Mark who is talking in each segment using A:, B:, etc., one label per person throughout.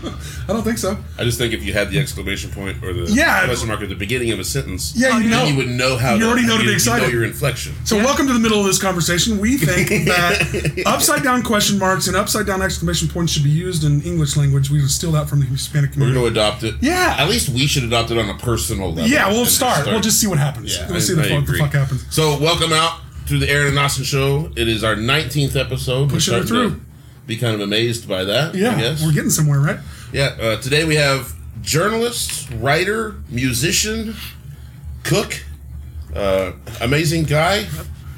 A: don't think so.
B: I just think if you had the exclamation point or the
A: Yeah.
B: question mark at the beginning of a sentence,
A: Yeah, you
B: then
A: know.
B: you would know how
A: You already know to be
B: you
A: excited.
B: know your inflection.
A: So welcome to the middle of this conversation. We think that upside down question marks and upside down exclamation points should be used in English language. We would steal that from the Hispanic
B: We're
A: community.
B: going to adopt it.
A: Yeah.
B: At least we should adopt it on a personal level.
A: Yeah, we'll
B: and just
A: start. We'll just see what happens.
B: Yeah,
A: we'll
B: I-
A: see the,
B: I
A: fuck, the
B: agree.
A: fuck happens.
B: So, welcome out to the Aaron and Austin Show. It is our 19th episode.
A: Pushing
B: We're
A: it
B: starting
A: through.
B: to Be kind of amazed by that. I
A: Yeah,
B: guess.
A: we're getting somewhere, right?
B: yeah. Uh, today we have journalist, writer, musician, cook, uh, amazing guy,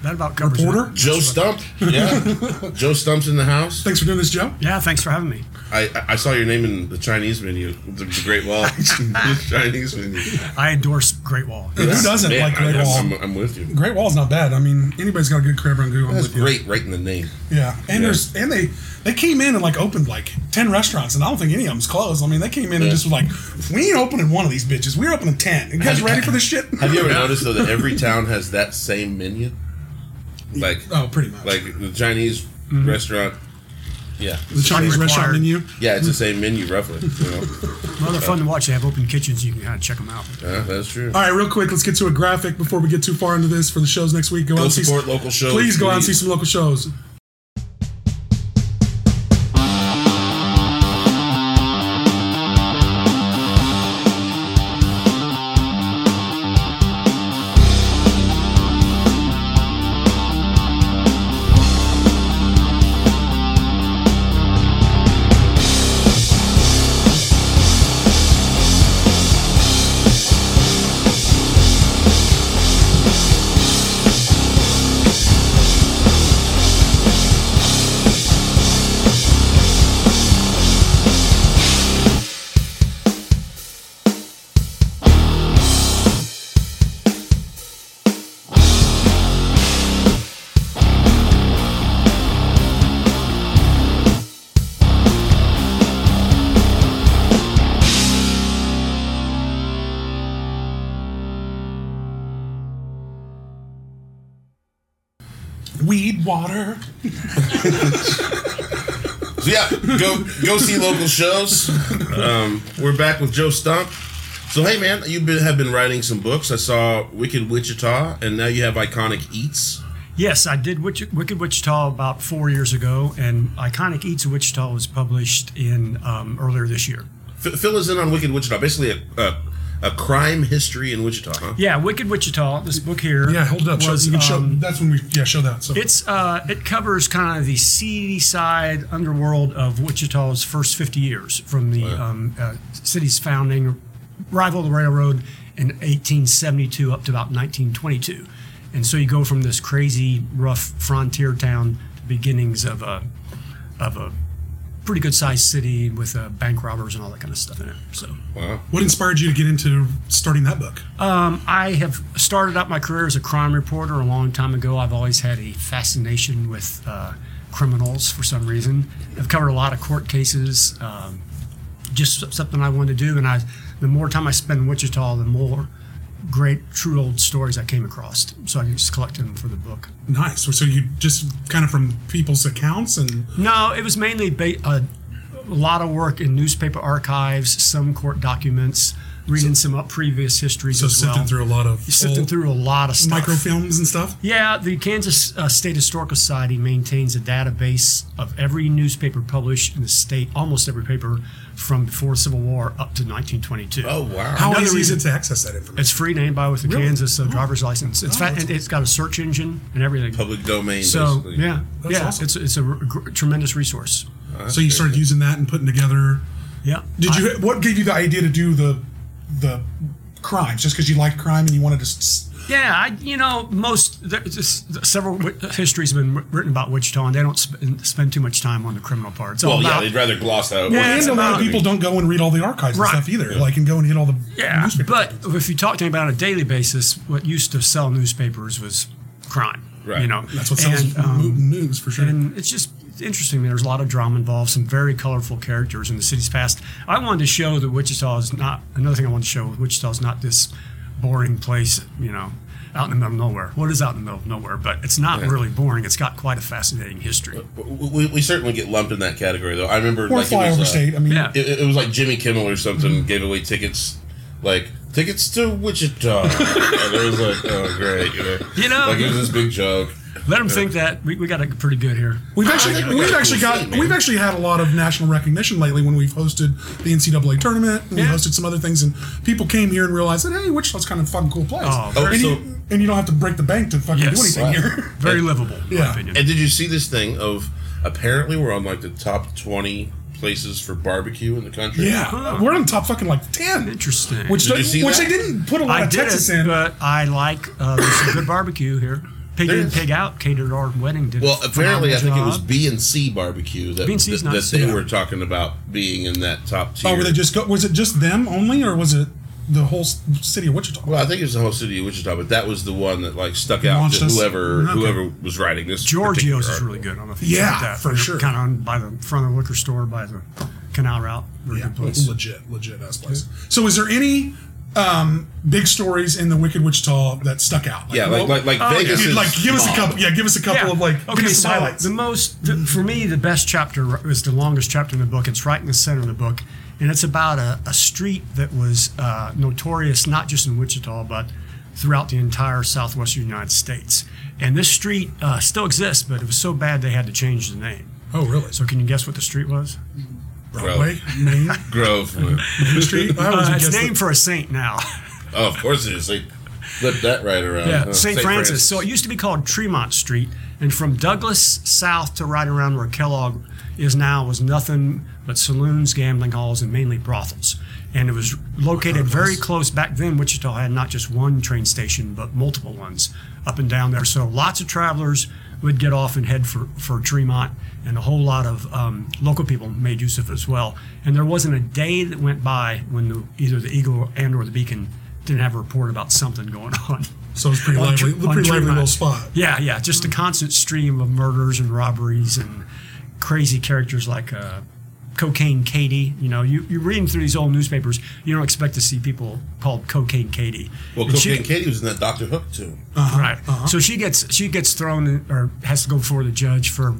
C: That about covers
A: Reporter.
C: it.
B: Joe Stump. Yeah, Joe Stump's in the house.
A: Thanks for doing this, Joe.
C: Yeah, thanks for having me.
B: I, I- I saw your name in the Chinese menu, the, the Great Wall the Chinese menu.
C: I endorse Great Wall.
A: Who doesn't
B: Man,
A: like
B: I-
A: Great
B: I'm-
A: Wall?
B: I'm, I'm with you.
A: Great Wall's not bad. I mean, anybody's got a good crab rangoon. I'm
B: That's
A: with you.
B: great, right in the name.
A: Yeah, and
B: Yeah.
A: there's and they they came in and like opened like ten restaurants, and I don't think any of them's closed. I mean, they came in and
B: Yeah.
A: just was like, we ain't opening one of these bitches. We're opening ten. You guys
B: Have-
A: ready for this shit?
B: Have you ever noticed though that every town has that same menu? Like,
A: Oh, pretty much.
B: like the Chinese
A: Mm-hmm.
B: restaurant. Yeah,
A: the Chinese
C: Required.
A: restaurant menu.
B: yeah, it's the same menu roughly. You know?
C: Well, they're fun to watch. They have open kitchens. You can kind of check them out.
B: Yeah, that's true.
A: All right, real quick, let's get to a graphic before we get too far into this for the shows next week. Go, out and see
B: support
A: some,
B: local shows,
A: Please go out and see
B: please.
A: some local shows. Weed water.
B: So yeah, go go see local shows. Um, we're back with Joe Stump. So hey man, you been, have been writing some books. I saw Wicked Wichita, and now you have Iconic Eats.
C: Yes, I did Witch- Wicked Wichita about four years ago, and Iconic Eats of Wichita was published in um, earlier this year.
B: F- fill us in on Wicked Wichita. Basically, a, a a crime history in Wichita, huh?
C: Yeah, Wicked Wichita. This book here.
A: Yeah, hold it up. Show,
C: Was,
A: you can show,
C: um,
A: that's when we yeah show that. So
C: It's uh, it covers kind of the seedy side underworld of Wichita's first 50 years, from the um, uh, city's founding, rival the railroad in 1872 up to about 1922, and so you go from this crazy rough frontier town to beginnings of a of a pretty good sized city with uh, bank robbers and all that kind of stuff in it. So.
B: Wow.
A: what inspired you to get into starting that book?
C: Um, I have started out my career as a crime reporter a long time ago. I've always had a fascination with uh, criminals for some reason. I've covered a lot of court cases, um, just s- something I wanted to do. And I, the more time I spend in Wichita, the more great, true old stories I came across. So I just collected them for the book.
A: Nice. So you just kind of from people's accounts and
C: No, it was mainly ba- uh, a lot of work in newspaper archives, some court documents, reading some up previous histories
A: so
C: as well.
A: sifting through a lot of
C: Sifting
A: old
C: through a lot of stuff.
A: microfilms and stuff.
C: Yeah, the Kansas uh, State Historical Society maintains a database of every newspaper published in the state, almost every paper from before the Civil War up to 1922.
B: Oh wow.
A: How
C: Another
A: easy
C: reason-
A: is it to access that information?
C: It's free to anybody with a
A: Really?
C: Kansas uh,
B: Oh.
C: driver's license. It's fa-
A: that's-
C: and it's got a search engine and everything.
B: Public domain.
C: so
B: basically.
C: yeah,
A: That's
C: yeah,
A: awesome.
C: it's it's a r- gr- tremendous resource.
B: Uh,
A: so you started using that and putting together.
C: Yeah.
A: Did
C: I-
A: you? What gave you the idea to do the the crimes? Just because you liked crime and you wanted to. s-
C: Yeah, I, you know, most there, just, several wi- histories have been wri- written about Wichita, and they don't sp- spend too much time on the criminal part. It's all
B: Well, yeah,
C: about
B: they'd rather gloss that. over.
C: Yeah,
A: And
C: It's
A: a lot of
C: about-
A: people don't go and read all the archives
C: Right.
A: and stuff either. Like and go and hit all the
C: Yeah,
A: newspaper
C: but
A: archives.
C: if you talk to anybody on a daily basis, what used to sell newspapers was crime.
B: Right.
C: You know,
A: that's what sells
C: And, um,
A: moving news for sure.
C: and it's just interesting. There's a lot of drama involved, some very colorful characters in the city's past. I wanted to show that Wichita is not another thing. I wanted to show Wichita is not this boring place. You know, out in the middle of nowhere. What is out in the middle of nowhere? But it's not really boring. It's got quite a fascinating history.
B: We, we- we certainly get lumped in that category, though. I remember
A: Or
B: like it was,
A: flyover
B: uh,
A: state. I mean,
C: Yeah.
B: It, it- it was like Jimmy Kimmel or something gave away tickets, like tickets to Wichita. and it was like, oh great, you know,
C: You know-
B: like it was this big joke.
C: Let them think that we, we got it pretty good here.
A: We've actually
B: think we
A: we've
B: got a
A: actually
B: cool
A: got
B: thing, man.
A: we've actually had a lot of national recognition lately when we've hosted the NCAA tournament and
C: Yeah.
A: we hosted some other things and people came here and realized that hey Wichita's kind of a fucking cool place
C: Oh,
B: Oh,
A: and,
B: so-
A: you, and you don't have to break the bank to fucking do
C: Yes.
A: anything
B: Wow.
A: here.
C: Very livable, in my
A: Yeah.
C: opinion.
B: And did you see this thing of apparently we're on like the top twenty places for barbecue in the country?
A: yeah, we're on top fucking like ten.
C: Interesting.
A: Which
B: Did
A: they,
B: you see
A: which
B: that?
A: they didn't put a lot
C: I
A: of
C: did
A: Texas
C: it,
A: in.
C: but I like uh, there's some good barbecue here. Pig in,
B: There's-
C: pig out, catered our wedding. Did a
B: Well, apparently, I think it was
C: phenomenal job.
B: B and C barbecue that
C: B&C is
B: that,
C: nice,
B: that they
C: yeah.
B: were talking about being in that top tier.
A: oh, were they just go, was it just them only or was it the whole s- city of Wichita?
B: Well, I think it was the whole city of Wichita, but that was the one that like stuck out
A: Launched
B: to
A: us.
B: whoever
A: Okay.
B: whoever was writing this.
C: Giorgio's
B: particular
C: is
B: article.
C: really good. I don't know if you
A: Yeah,
C: tried that.
A: for sure.
C: Kind of on by the front of the liquor store, by the canal route. Very
A: Yeah,
C: good place.
A: legit, legit ass place. So, is there any um, big stories in the Wicked Wichita that stuck out?
B: Yeah, like
A: what-
B: like like
C: Oh, yeah.
B: Vegas
A: Dude,
B: is
A: like give us a couple. Yeah, give us a couple of like. give
C: okay.
A: us
C: So
A: some highlights.
C: the most the, for me, the best chapter is the longest chapter in the book. It's right in the center of the book, and it's about a, a street that was uh, notorious not just in Wichita but throughout the entire southwestern United States. And this street uh, still exists, but it was so bad they had to change the name.
A: oh, really?
C: So can you guess what the street was?
A: Broadway, Main
B: Grove.
A: Main Street. I always
C: Uh,
A: would
C: it's
A: guess
C: named for a saint now.
B: oh, of course it is. They flipped that right around.
C: Yeah,
B: Uh,
C: St. Francis. So it used to be called Tremont Street, and from Douglas south to right around where Kellogg is now was nothing but saloons, gambling halls, and mainly brothels. And it was located very close back then. Wichita had not just one train station, but multiple ones up and down there. So lots of travelers would get off and head for, for Tremont, and a whole lot of um, local people made use of it as well. And there wasn't a day that went by when the, either the Eagle and or the Beacon didn't have a report about something going on.
A: So it's pretty
C: On
A: lively,
C: Tre- on
A: pretty lively
C: Tremont.
A: little spot.
C: Yeah, yeah, just a constant stream of murders and robberies and crazy characters like uh, Cocaine Katie. You know, you, you're reading through these old newspapers, you don't expect to see people called Cocaine Katie.
B: Well,
C: And
B: Cocaine
C: she-
B: Katie was in that Doctor Hook too.
C: Right. So she gets she gets thrown in- or has to go before the judge for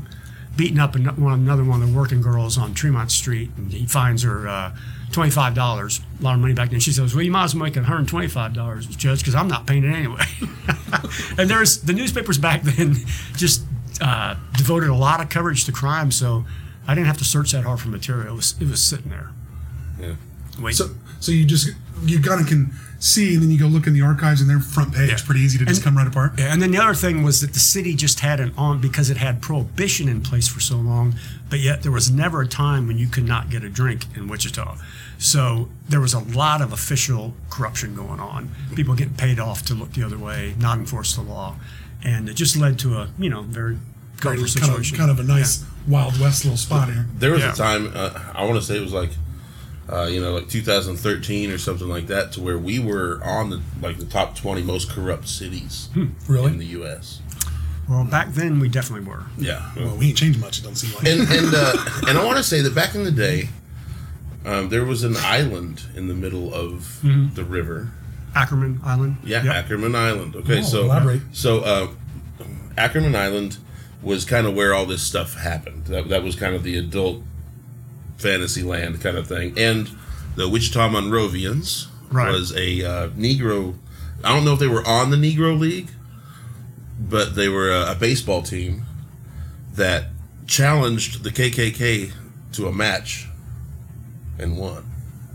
C: beating up an- one another one of the working girls on Tremont Street, and he fines her uh, twenty five dollars, a lot of money back then. She says, "Well, you might as well make one hundred twenty five dollars, Judge, because I'm not paying it anyway." and there's the newspapers back then just uh, devoted a lot of coverage to crime, so I didn't have to search that hard for material. It was, it was sitting there.
B: Yeah.
C: Wait.
A: So, so you just you kind of can see, and then you go look in the archives, and their front page
C: Yeah.
A: pretty easy to just
C: And-
A: come right apart.
C: Yeah, and then the other thing was that the city just had an on because it had prohibition in place for so long, but yet there was never a time when you could not get a drink in Wichita. So there was a lot of official corruption going on. People getting paid off to look the other way, not enforce the law, and it just led to a you know very
A: Kind
C: colorful
A: of, kind
C: situation.
A: of, kind of a nice Wild West little spot here.
B: There was
C: Yeah.
B: a time uh, I want to say it was like, uh, you know, like 2013 or something like that, to where we were on the like the top 20 most corrupt cities in
C: Hmm.
A: Really?
B: the U.S.
C: Well, back then we definitely were.
B: Yeah.
A: Well, we ain't changed much. It don't seem like.
B: and and uh, and I want to say that back in the day, um, there was an island in the middle of
C: Mm-hmm.
B: the river.
C: Ackerman Island.
B: Yeah,
C: Yep.
B: Ackerman Island. Okay,
A: Oh,
B: so
A: elaborate.
B: so uh, Ackerman Island was kind of where all this stuff happened. That, that was kind of the adult fantasy land kind of thing. And the Wichita Monrovians
C: Right.
B: was a uh, Negro. I don't know if they were on the Negro League, but they were a, a baseball team that challenged the KKK to a match and won.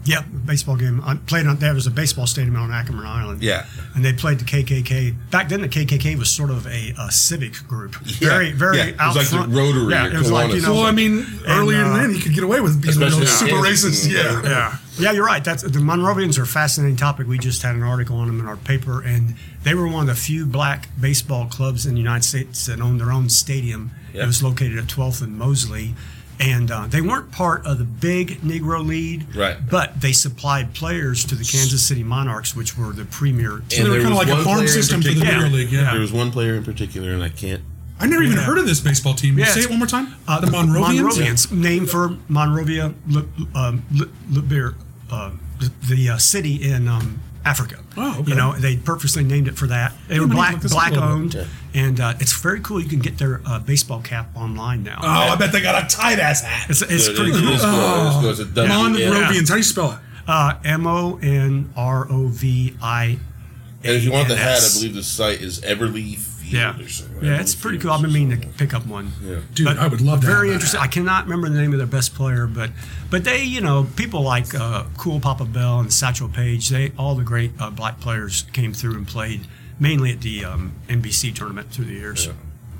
C: Yep, baseball game. I played on there was a baseball stadium on Ackerman Island.
B: Yeah.
C: and they played the KKK. Back then, the KKK was sort of a, uh civic group.
B: Yeah,
C: Very, very
B: yeah. It was
C: out
B: like the
C: front.
B: Rotary
C: Yeah,
B: or
C: it was like you
B: Kiwanis.
C: know.
A: well, I mean, earlier
C: uh,
A: then you could get away with being
B: Especially
A: real
B: in
A: super
B: Kansas.
A: racist. Yeah.
C: yeah, yeah, you're right. That's the Monrovians are a fascinating topic. We just had an article on them in our paper, and they were one of the few black baseball clubs in the United States that owned their own stadium.
B: Yeah.
C: It was located at 12th and Mosley, and uh, they weren't part of the big Negro League,
B: Right.
C: But they supplied players to the Kansas City Monarchs, which were the premier.
A: they
C: team.
A: were
B: there
A: kinda
B: was
A: like a
B: one
A: farm
B: player in
A: system for the
B: particular-
A: Negro League, yeah.
B: There was one player in particular, and I can't
A: I never even heard of this baseball team.
C: Yeah,
A: Say
C: it's-
A: it one more time.
C: Uh,
A: the Monrovians.
C: Monrovians, named for Monrovia, Li- um, Li- Liber, uh, the uh, city in um, Africa.
A: Oh, okay.
C: You know, they purposely named it for that. They were
A: might
C: black,
A: look this up a
C: black
A: little bit.
C: owned, and uh, it's very cool. You can get their uh, baseball cap online now.
A: Oh, I bet they got a tight ass hat. Uh,
C: it's it's
B: It-
C: pretty
B: it
C: cool.
B: is cool. It's cool. It's a W- yeah.
A: Monrovians. How do you spell it?
C: Uh, M O N R O V I.
B: And if you want the hat, I
C: ANS.
B: believe the site is Everly Field
C: Yeah,
B: or something.
C: yeah,
B: Everly
C: it's pretty
B: Fields
C: cool. I've
B: or
C: been meaning to
B: something.
C: pick up one. Yeah.
A: Dude, I would love to have
C: Very
A: that
C: interesting.
A: hat.
C: I cannot remember the name of their best player, but but they, you know, people like uh, Cool Papa Bell and Satchel Paige, they all the great uh, black players came through and played mainly at the um, NBC tournament through the years.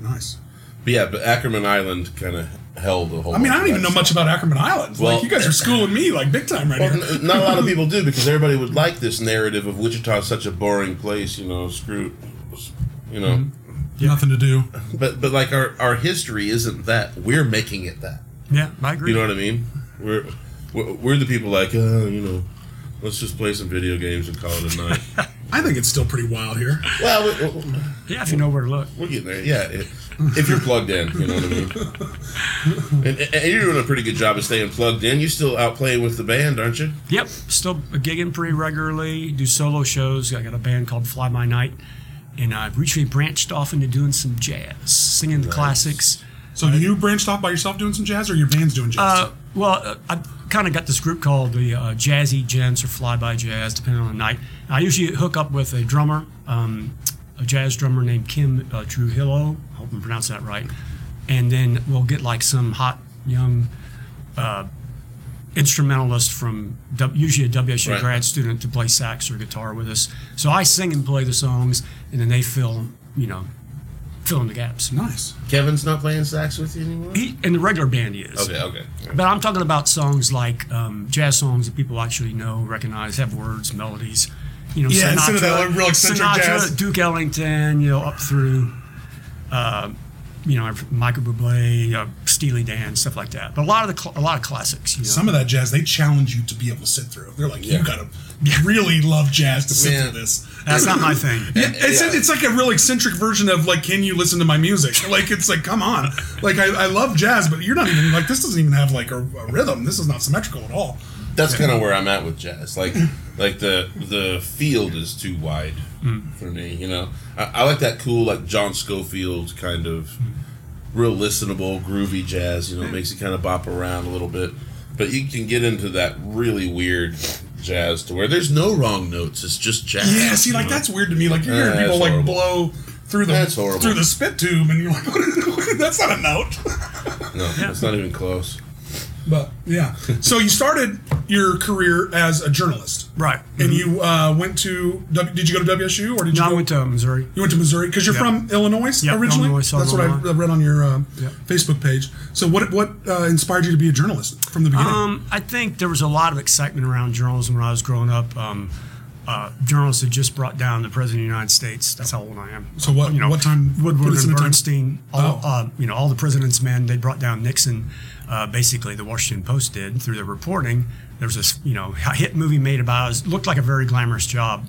A: Nice.
B: But yeah, but Ackerman Island kind of held the whole.
A: I mean, I don't even know much about Ackerman Island.
B: Well-
A: like, you guys are schooling me like big time right
B: Well,
A: here.
B: n- not a lot of people do because everybody would like this narrative of Wichita is such a boring place, you know, screw, you know.
A: Nothing to do.
B: But but like our our history isn't that. We're making it that.
C: Yeah, I agree.
B: You know what I mean? We're we're, we're the people like, oh, you know, let's just play some video games and call it a night.
A: I think it's still pretty wild here.
B: well, we- we,
C: yeah, if you know where to look.
B: we're getting there. Yeah, i- if you're plugged in, you know what I mean. And, and- and you're doing a pretty good job of staying plugged in. You're still out playing with the band, aren't you?
C: Yep, still gigging pretty regularly. Do solo shows. I got a band called Fly My Night, and I've recently branched off into doing some jazz, singing the classics.
A: So you branched off by yourself doing some jazz, or your band's doing jazz?
C: Uh, well, uh, I've kind of got this group called the uh, Jazzy Gents or Fly By Jazz, depending on the night. I usually hook up with a drummer, um, a jazz drummer named Kim uh, Trujillo. I hope I'm pronouncing that right. And then we'll get like some hot young uh, instrumentalist from w- usually a WSU
B: Right.
C: grad student to play sax or guitar with us. So I sing and play the songs, and then they fill, you know, fill in the gaps.
A: nice.
B: Kevin's not playing sax with you anymore.
C: He, in the regular band, he is.
B: Okay, okay.
C: But I'm talking about songs like um, jazz songs that people actually know, recognize, have words, melodies. You know,
A: Yeah, instead
C: Sinatra,
A: of that, like, real eccentric
C: Sinatra,
A: jazz.
C: Duke Ellington, you know, up through, uh, you know, Michael Bublé, uh, Steely Dan, stuff like that. But a lot of the cl- a lot of classics. You know,
A: Some of that jazz, they challenge you to be able to sit through. They're like,
B: Yeah.
A: you gotta really love jazz to sit
B: Man.
A: through this.
C: that's not my thing.
A: It's,
B: Yeah.
A: it's like a real eccentric version of like, can you listen to my music? Like, it's like, come on. Like, I, I love jazz, but you're not even like, this doesn't even have like a, a rhythm. This is not symmetrical at all.
B: That's kind of where I'm at with jazz. Like, like the the field is too wide
A: Mm.
B: for me. You know, I, I like that cool like John Scofield kind of
A: Mm.
B: real listenable, groovy jazz. You know, it makes you kind of bop around a little bit. But you can get into that really weird jazz to where there's no wrong notes. It's just jazz.
A: Yeah, see, like,
B: you know?
A: that's weird to me. Like, you're hearing
B: Yeah,
A: people
B: that's
A: like
B: horrible.
A: blow through the
B: That's horrible.
A: through the spit tube, and you're like, that's not a note.
B: no, it's not even close.
A: But yeah, so you started your career as a journalist,
C: Right.
A: And
B: Mm-hmm.
A: you uh, went to W- did you go to WSU or did you?
C: No, I
A: go,
C: went to Missouri.
A: You went to Missouri because you're
C: Yep.
A: from Illinois
C: Yep,
A: originally.
C: Illinois, Southern
A: That's what I
C: Illinois.
A: I read on your um,
C: Yep.
A: Facebook page. So what what uh, inspired you to be a journalist from the beginning?
C: Um, I think there was a lot of excitement around journalism when I was growing up. Um, uh, journalists had just brought down the president of the United States. That's how old I am.
A: So what- what time-
C: Woodward
A: put us in
C: and
A: the time-
C: Bernstein. All,
A: Oh.
C: uh, you know, all the president's men. They brought down Nixon. Uh, basically, the Washington Post did through their reporting. There was this, you know, hit movie made about it. It looked like a very glamorous job.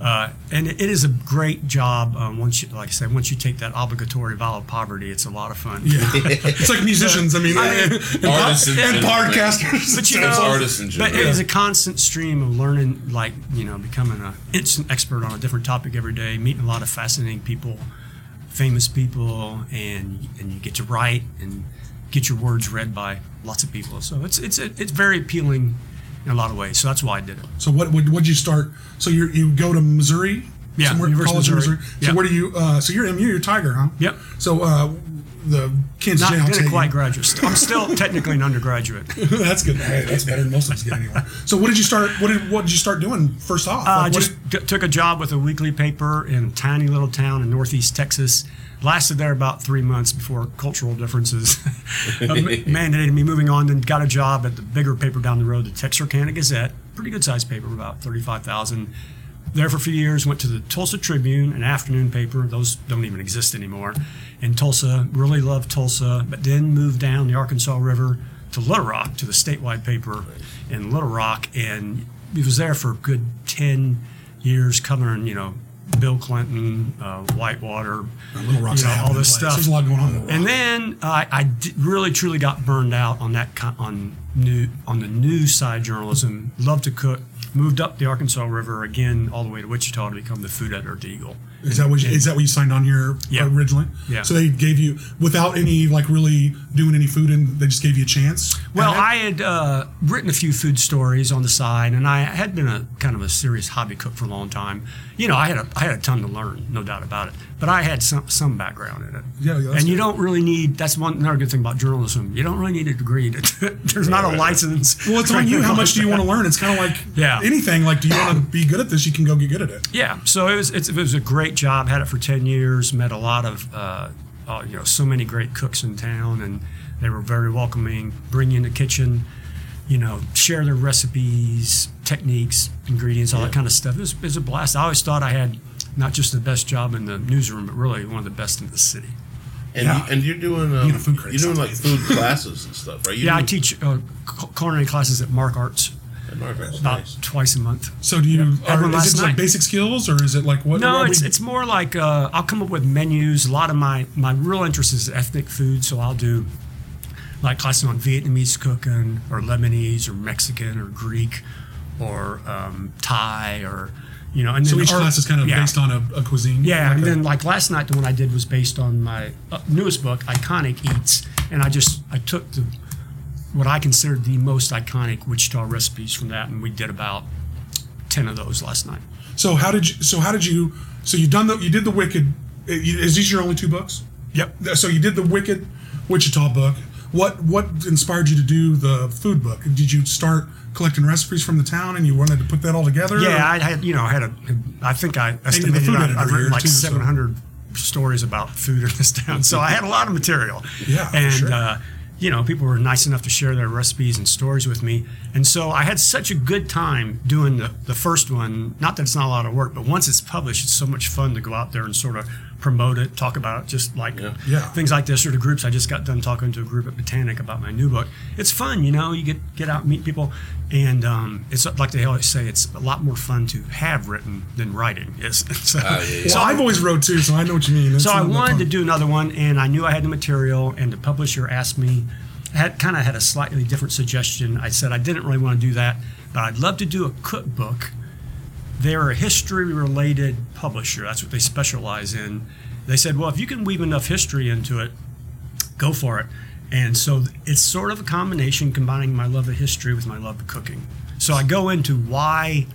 C: Uh, and it is a great job. Um, once you, like I said, once you take that obligatory vow of poverty, it's a lot of fun. Yeah.
A: it's like musicians. I mean, and, and,
B: Artists and-
A: and podcasters.
C: But you
B: It's
C: know,
B: artists in
C: but it
B: general.
C: was a constant stream of learning, like you know, becoming a instant expert on a different topic every day, meeting a lot of fascinating people, famous people, and and you get to write and get your words read by lots of people. So it's it's it's very appealing in a lot of ways. So that's why I did it.
A: So what would what'd you start? So you you go to Missouri.
C: Yeah,
A: somewhere-
C: University of
A: college in
C: Missouri.
A: So
C: Yeah.
A: where do you? Uh, so you're MU. You're Tiger, huh?
C: Yep.
A: So uh, the Kansas
C: Not
A: Jayhawks. hate
C: didn't
A: you.
C: quite graduate. I'm still technically an undergraduate.
A: that's good. Hey, that's better than most of us get anyway. So what did you start? What did what did you start doing first off?
C: I
A: Like, what
C: Uh, just
A: did-
C: g- took a job with a weekly paper in a tiny little town in northeast Texas. Lasted there about three months before cultural differences um, mandated me moving on. Then got a job at the bigger paper down the road, the Texarkana Gazette, pretty good sized paper, about thirty-five thousand. There for a few years, went to the Tulsa Tribune, an afternoon paper. Those don't even exist anymore. In Tulsa, really loved Tulsa, but then moved down the Arkansas River to Little Rock to the statewide paper in Little Rock, and he was there for a good 10 years covering, you know, Bill Clinton, uh, Whitewater,
A: Little Rock's
C: you
A: a
C: know, all
A: happening place.
C: this stuff.
A: There's a lot going on. In Little
C: And
A: Rock.
C: then I I d- really truly got burned out on that co- on new on the news side journalism. Loved to cook. Moved up the Arkansas River again, all the way to Wichita to become the food editor at the Eagle.
A: Is that what you, is that what you signed on here
C: Yeah.
A: originally?
C: Yeah.
A: So they gave you without any like really doing any food, and they just gave you a chance.
C: Well,
A: at it?
C: I had uh, written a few food stories on the side, and I had been a kind of a serious hobby cook for a long time. You know, I had a, I had a ton to learn, no doubt about it. But I had some some background in it.
A: Yeah, yeah, that's
C: and you
A: good.
C: don't really need. That's one another good thing about journalism. You don't really need a degree. To, there's not a license.
A: well, it's on you. How much do you want to learn? It's kind of like
C: Yeah.
A: anything. Like, do you want to be good at this? You can go get good at it.
C: Yeah, so it was it's, it was a great job. Had it for ten years. Met a lot of uh, uh, you know so many great cooks in town, and they were very welcoming. Bring you in the kitchen, you know, share their recipes, techniques, ingredients, all that kind of stuff. It was, it was a blast. I always thought I had not just the best job in the newsroom, but really one of the best in the city.
B: And,
A: Yeah.
B: you, and you're doing um,
A: Being a food critic
B: you're doing like
A: sounds
B: food classes and stuff, right? You
C: Yeah, I
B: do-
C: teach uh, cu- culinary classes at Mark Arts
B: at Margaret's,
C: about
B: nice.
C: twice a month.
A: So do you?
C: Had
A: Are, is
C: one
A: it
C: last
A: just like
C: night.
A: basic skills, or is it like what?
C: No,
A: what
C: it's
A: we-
C: it's more like uh, I'll come up with menus. A lot of my my real interest is ethnic food, so I'll do like classes on Vietnamese cooking, or Lebanese, or Mexican, or Greek, or um, Thai, or you know. And
A: so
C: then
A: each
C: or-
A: class is kind of
C: yeah.
A: based on a, a cuisine.
C: Yeah,
A: Like
C: and
A: a-
C: then like last night, the one I did was based on my uh, newest book, Iconic Eats, and I just I took the what I considered the most iconic Wichita recipes from that, and we did about ten of those last night.
A: so how did you? So how did you? So you done the you did the Wicked. uh, you- Is these your only two books?
C: Yep.
A: So you did the Wicked Wichita book. What what inspired you to do the food book? Did you start collecting recipes from the town and you wanted to put that all together?
C: Yeah, I had you know I had a. I think I estimated
A: food
C: I,
A: editor
C: I've
A: here,
C: written like
A: too, so-
C: seven hundred stories about food in this town, so I had a lot of material.
A: Yeah, for
C: and
A: sure.
C: uh, you know people were nice enough to share their recipes and stories with me, and so I had such a good time doing the, the first one. Not that it's not a lot of work, but once it's published, it's so much fun to go out there and sort of promote it, talk about it, just like
A: Yeah.
C: things like this or to groups. I just got done talking to a group at Botanic about my new book. It's fun, you know. You get get out, and meet people, and um, it's like they always say, it's a lot more fun to have written than writing is. So,
B: Ah, yeah,
A: Well,
C: so,
A: I've always wrote too, so I know what you mean. That's
C: so I
A: not that
C: wanted
A: fun.
C: to do another one, and I knew I had the material, and the publisher asked me, had kind of had a slightly different suggestion. I said I didn't really want to do that, but I'd love to do a cookbook. They're a history related publisher. That's what they specialize in. They said, well, if you can weave enough history into it, go for it. And so th- it's sort of a combination combining my love of history with my love of cooking. So I go into why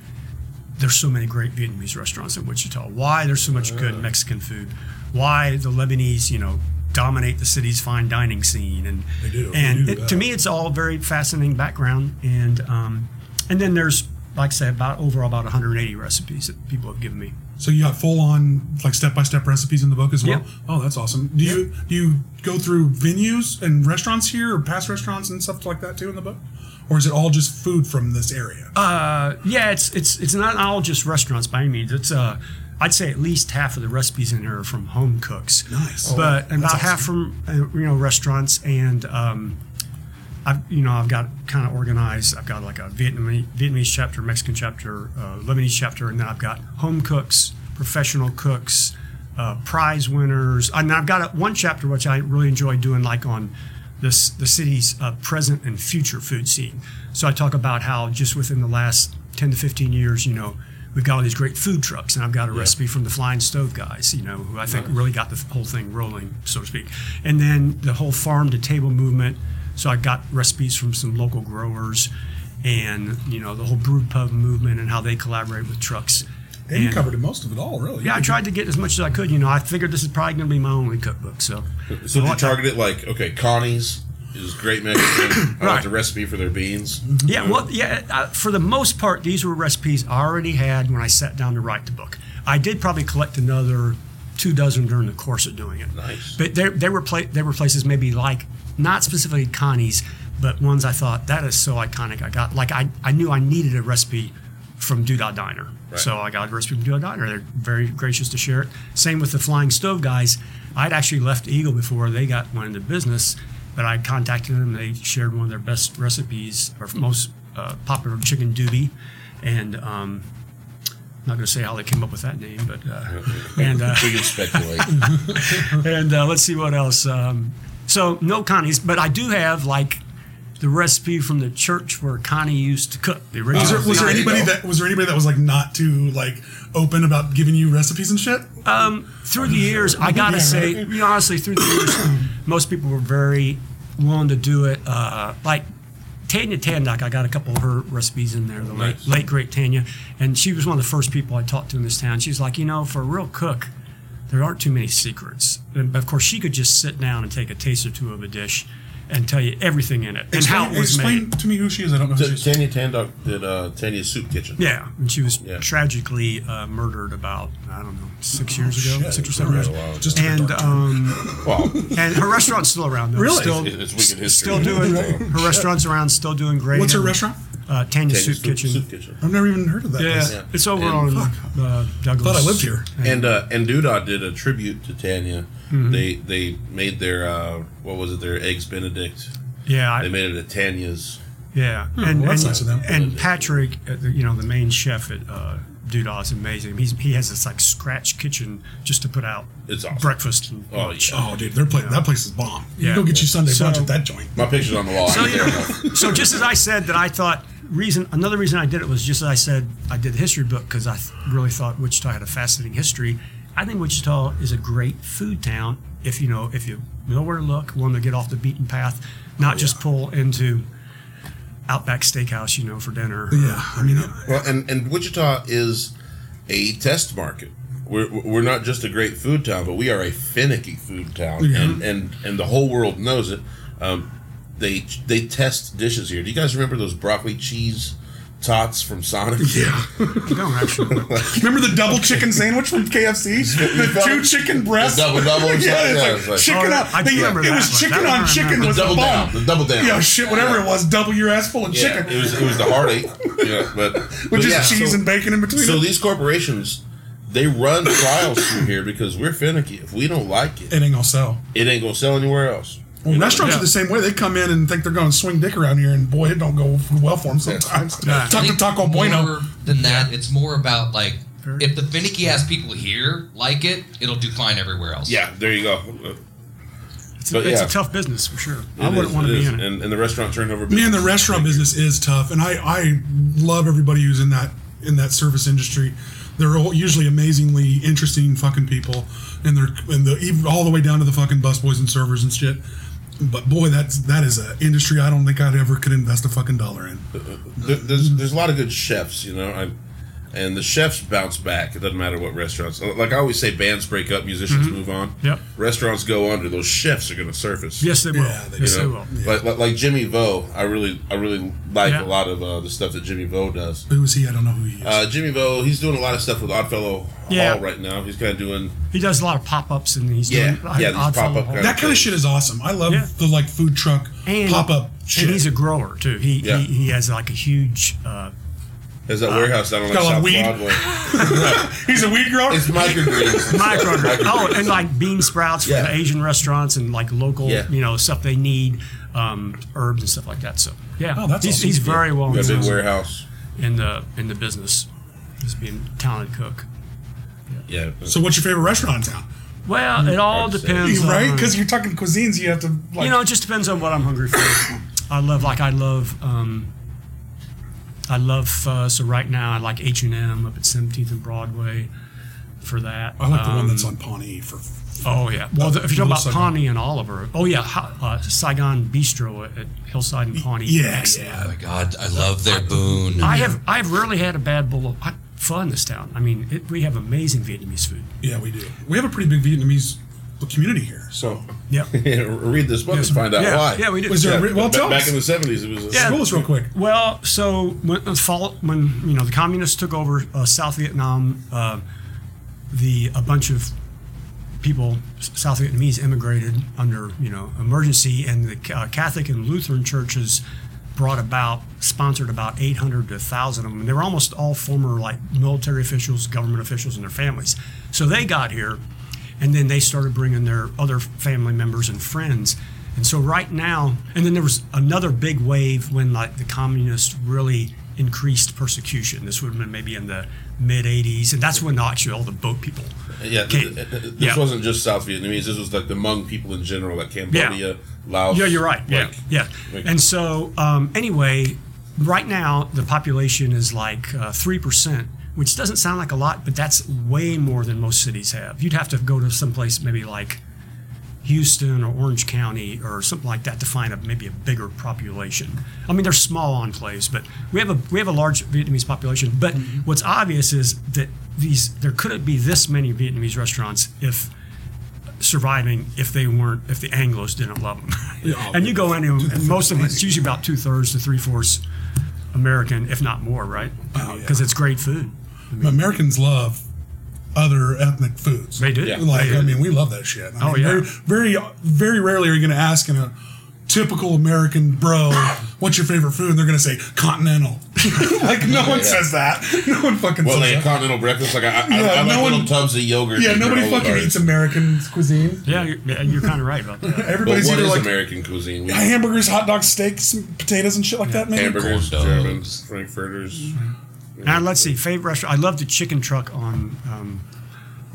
C: there's so many great Vietnamese restaurants in Wichita, why there's so much good Mexican food, why the Lebanese, you know, dominate the city's fine dining scene. And,
A: They do, they
C: and
A: do
C: it-
A: that.
C: to me, it's all very fascinating background. And, um, and then there's, like I said, about overall about 180 recipes that people have given me.
A: So you got full on like step by step recipes in the book as well.
C: Yeah.
A: Oh, that's awesome. Do you do you go through venues and restaurants here or past restaurants and stuff like that too in the book, or is it all just food from this area?
C: Uh, Yeah, it's it's it's not all just restaurants by any means. It's uh, I'd say at least half of the recipes in here are from home cooks.
A: Nice.
C: but
A: Oh,
C: and about
A: that's
C: half from uh, you know restaurants and um, I've you know I've got kind of organized. I've got like a Vietnamese Vietnamese chapter, Mexican chapter, uh, Lebanese chapter, and then I've got home cooks, professional cooks, uh, prize winners, and I've got a, one chapter which I really enjoy doing, like on this the city's uh, present and future food scene. So I talk about how just within the last ten to fifteen years, you know. We've got all these great food trucks, and I've got a recipe from the Flying Stove guys, you know, who I think really got the whole thing rolling, so to speak. And then the whole farm to table movement, so I got recipes from some local growers, and you know the whole brew pub movement and how they collaborate with trucks.
A: and you
C: And-
A: covered most of it all, really.
C: yeah, I tried to get as much as I could. You know, I figured this is probably going to be my only cookbook.
B: So
C: So, I
B: did you
C: want that-
B: target it like okay, Connie's is great Mexican. I like
C: Right.
B: the recipe for their beans.
C: Yeah, well, yeah. Uh, for the most part, these were recipes I already had when I sat down to write the book. I did probably collect another two dozen during the course of doing it.
B: Nice.
C: But there, there were pla- there were places maybe like not specifically Connie's, but ones I thought that is so iconic. I got like I, I knew I needed a recipe from Doodah Diner,
B: Right.
C: so I got a recipe from Doodah Diner. They're very gracious to share it. Same with the Flying Stove guys. I'd actually left Eagle before they got went into business, but I contacted them. They shared one of their best recipes or most uh, popular chicken doobie, and. Um, not going to say how they came up with that name, but uh, and uh,
B: We can speculate.
C: and uh, let's see what else. Um, so no Connie's, but I do have like the recipe from the church where Connie used to cook. The original.
A: Was there, was there
B: There you
A: anybody
B: go.
A: that was there anybody that was like not too like open about giving you recipes and shit?
C: through the years, I gotta
A: Yeah,
C: say,
A: right.
C: you know, honestly, through the years, most people were very willing to do it. Uh, like Tanya Tandock, I got a couple of her recipes in there, the
B: Nice.
C: late, late great Tanya, and she was one of the first people I talked to in this town. She's like, you know, for a real cook, there aren't too many secrets. And of course, she could just sit down and take a taste or two of a dish and tell you everything in it and how it was made.
A: explain to me who she is. I don't know who she
B: T-
A: is.
B: Tanya Tandok did uh, Tanya's Soup Kitchen.
C: Yeah, and she was
B: Yeah.
C: tragically uh, murdered about I don't know six years
B: Oh,
C: ago,
A: shit.
C: six or seven years.
B: Right, a while ago.
A: Just
C: And um,
B: Well,
C: and her restaurant's still around. Though.
A: Really?
C: Still,
B: It's- it's wicked history.
C: Still doing. Her restaurant's around. Still doing great.
A: What's her
C: And,
A: restaurant?
C: Uh,
B: Tanya's
C: Tanya's Soup Kitchen.
B: Soup Kitchen.
A: I've never even heard of that.
C: Yeah,
A: place.
C: it's over
B: And-
C: on uh, Douglas.
A: Thought I lived here.
B: And uh, and Doodah did a tribute to Tanya.
C: Mm-hmm.
B: They they made their uh, what was it? Their eggs Benedict.
C: Yeah, I,
B: They made it at Tanya's.
C: yeah.
A: Oh,
C: and
A: well, that's
C: and,
A: nice of them.
C: and Patrick, uh, the- you know, the main chef at uh, Doodah is amazing. He's, he has this like scratch kitchen just to put out
B: It's awesome.
C: breakfast. And
B: Oh yeah.
A: Oh, dude, they're playing. That place is bomb. You
C: Yeah.
A: go get you Sunday
C: So-
A: brunch at that joint.
B: My picture's on the wall.
C: So, you know, so just as I said that I thought reason another reason I did it was just as I said I did the history book because I th- really thought Wichita had a fascinating history. I think Wichita is a great food town if you know if you know where to look, want to get off the beaten path, not
B: Oh,
C: just pull into Outback Steakhouse, you know, for dinner.
A: Yeah, I mean,
B: Well, and, and Wichita is a test market. We're, we're not just a great food town, but we are a finicky food town, and, and and the whole world knows it. Um, they they test dishes here. Do you guys remember those broccoli cheese tots from Sonic?
A: yeah.
C: You don't actually.
A: Remember the double chicken sandwich from KFC? The two chicken breasts.
B: The double- double or
A: yeah,
B: something, yeah,
A: it's
B: it's
A: like
B: like-
A: chicken
C: Oh,
A: up.
C: I do
A: They-
C: remember
A: it
C: that
A: was
C: one.
A: chicken
C: That one
A: on
C: I
A: chicken
C: remember.
A: was the
B: double down, the
A: bomb.
B: double down.
A: Yeah, shit, whatever it was, double your ass full of
B: Yeah,
A: chicken
B: It was it was the heartache. Yeah, but
A: with just cheese
B: so,
A: and bacon in between.
B: So
A: it.
B: these corporations, they run trials through here because we're finicky. If we don't like it,
A: It ain't gonna sell.
B: it ain't gonna sell anywhere else.
A: Well, restaurants
C: yeah.
A: are the same way. They come in and think they're going to swing dick around here, and boy, it don't go well for them sometimes.
C: Yeah.
A: Talk to
D: think
A: Taco Bueno.
D: More than that, it's more about like
C: Very-
D: if the finicky ass people here like it, it'll do fine everywhere else.
B: Yeah, there you go.
C: It's,
B: But
C: a, it's
B: yeah.
C: a tough business for sure.
B: It
C: I wouldn't
B: is,
C: want to be
B: is.
C: in it.
B: And, and the restaurant turnover.
A: Man,
B: business
A: the
B: is
A: restaurant
B: big.
A: business is tough, and I, I love everybody who's in that in that service industry. They're all usually amazingly interesting fucking people, and they're and the even all the way down to the fucking busboys and servers and shit. But boy, that's that is a industry I don't think I'd ever could invest a fucking dollar in.
B: There, there's there's a lot of good chefs, you know, I, and the chefs bounce back. It doesn't matter what restaurants. Like I always say, bands break up, musicians move on.
C: Mm-hmm. Yep.
B: Restaurants go under. Those chefs are going to surface.
C: Yes, they will.
A: Yeah, they
C: yes,
B: You
C: they
B: know,
C: will.
B: like, like like Jimmy Vo, I really I really like
C: Yeah.
B: a lot of uh, the stuff that Jimmy Vo does.
A: Who is he? I don't know who he is.
B: Uh, Jimmy Vo, he's doing a lot of stuff with Oddfellow
C: Yeah.
B: Hall right now. He's kind of doing
C: He does a lot of pop ups and he's
B: Yeah,
C: doing like,
B: yeah, these
C: odd
B: pop-up
C: follow-up.
B: kind
A: that kind of shit is awesome. I love
C: Yeah.
A: the like food truck
C: And-
A: pop up shit.
C: And he's a grower too. He,
B: Yeah.
C: he he has like a huge uh,
B: has that warehouse down on like
A: got a lot
B: South
A: of weed.
B: Broadway.
A: He's a weed grower.
B: It's microgreens.
C: microgreens. Oh, and like bean sprouts for
B: Yeah.
C: the Asian restaurants and like local,
B: Yeah.
C: you know, stuff they need, um, herbs and stuff like that. So yeah,
A: Oh, that's
C: he's,
A: awesome.
C: he's very well
B: Got a big
C: known
B: warehouse.
C: in the in the business as being a talented cook.
B: Yeah.
A: so, what's your favorite restaurant in town?
C: Well, it all
B: Hard to say.
C: depends,
A: right?
C: on-
A: Because you're talking cuisines, you have to like.
C: you know, it just depends on what I'm hungry for. I love like I love. Um, I love uh, so right now I like H and M up at 17th and Broadway for that.
A: I like the one
C: Um,
A: that's on Pawnee for
C: Oh yeah. Well, the, if you
A: Little
C: talk about
A: Saigon.
C: Pawnee and Oliver, oh yeah, Ha- uh, Saigon Bistro at Hillside and Pawnee.
A: Yeah,
C: Excellent.
A: yeah.
D: Oh my God, I love their boon.
C: I have I have rarely had a bad bowl of I- pho in this town. I mean, it, we have amazing Vietnamese food.
A: Yeah, we do. We have a pretty big Vietnamese community here.
B: So
C: Yeah.
B: read this book
C: Yes.
B: and find out
C: Yeah.
B: why.
C: Yeah, we do.
A: Was there? a re- well,
B: ba-
A: tell
B: back
A: us.
B: in the seventies, it was. A,
C: Yeah.
A: School us real quick.
C: Well, so when uh, fall, when you know the communists took over uh, South Vietnam, uh, the a bunch of people, S- South Vietnamese, immigrated under you know emergency, and the uh, Catholic and Lutheran churches brought about sponsored about 800 to 1,000 of them, and they were almost all former like military officials, government officials, and their families. So they got here, and then they started bringing their other family members and friends. And so right now, and then there was another big wave when like the communists really increased persecution. This would have been maybe in the mid 80s, and that's when actually all the boat people
B: Yeah,
C: Ca-
B: th- th- th- this
C: yeah.
B: wasn't just South Vietnamese. This was like the Hmong people in general, like Cambodia, Laos.
C: Yeah, you're right. Yeah,
B: like-
C: yeah.
B: like-
C: And so, um, anyway, right now the population is like uh, three percent, which doesn't sound like a lot, but that's way more than most cities have. You'd have to go to someplace maybe like Houston or Orange County or something like that to find a maybe a bigger population. I mean, they're small enclaves, but we have a we have a large Vietnamese population. But
A: Mm-hmm.
C: what's obvious is that these there couldn't be this many Vietnamese restaurants if surviving if they weren't if the Anglo's didn't love them.
A: Yeah.
C: and you go in and, and most of it's usually about two thirds to three fourths American, if not more, right? Because it's great food.
A: Americans love other ethnic foods.
C: They do.
B: Yeah.
A: Like,
C: They
A: I
C: do.
A: mean, we love that shit. I
C: Oh,
A: mean,
C: yeah.
A: Very, very, very rarely are you going to ask in a typical American bro, what's your favorite food? And they're going to say, continental. like, no one says that. No one fucking
B: Well, like a
A: says that.
B: continental breakfast, like I, I,
A: Yeah,
B: I, like
A: no
B: little
A: one-
B: tubs of yogurt.
A: Yeah,
B: and
A: nobody
B: granola
A: fucking
B: bars.
A: eats American cuisine.
C: Yeah, you're, yeah, you're kind of right about that.
B: But
A: Everybody's
B: what
A: either
B: is
A: like
B: American cuisine? We eat
A: hamburgers, hot dogs, steaks, and potatoes, and shit like that, maybe.
B: hamburgers,
D: corn dogs.
B: Germans, frankfurters.
C: Now let's see, favorite restaurant. I love the chicken truck on um,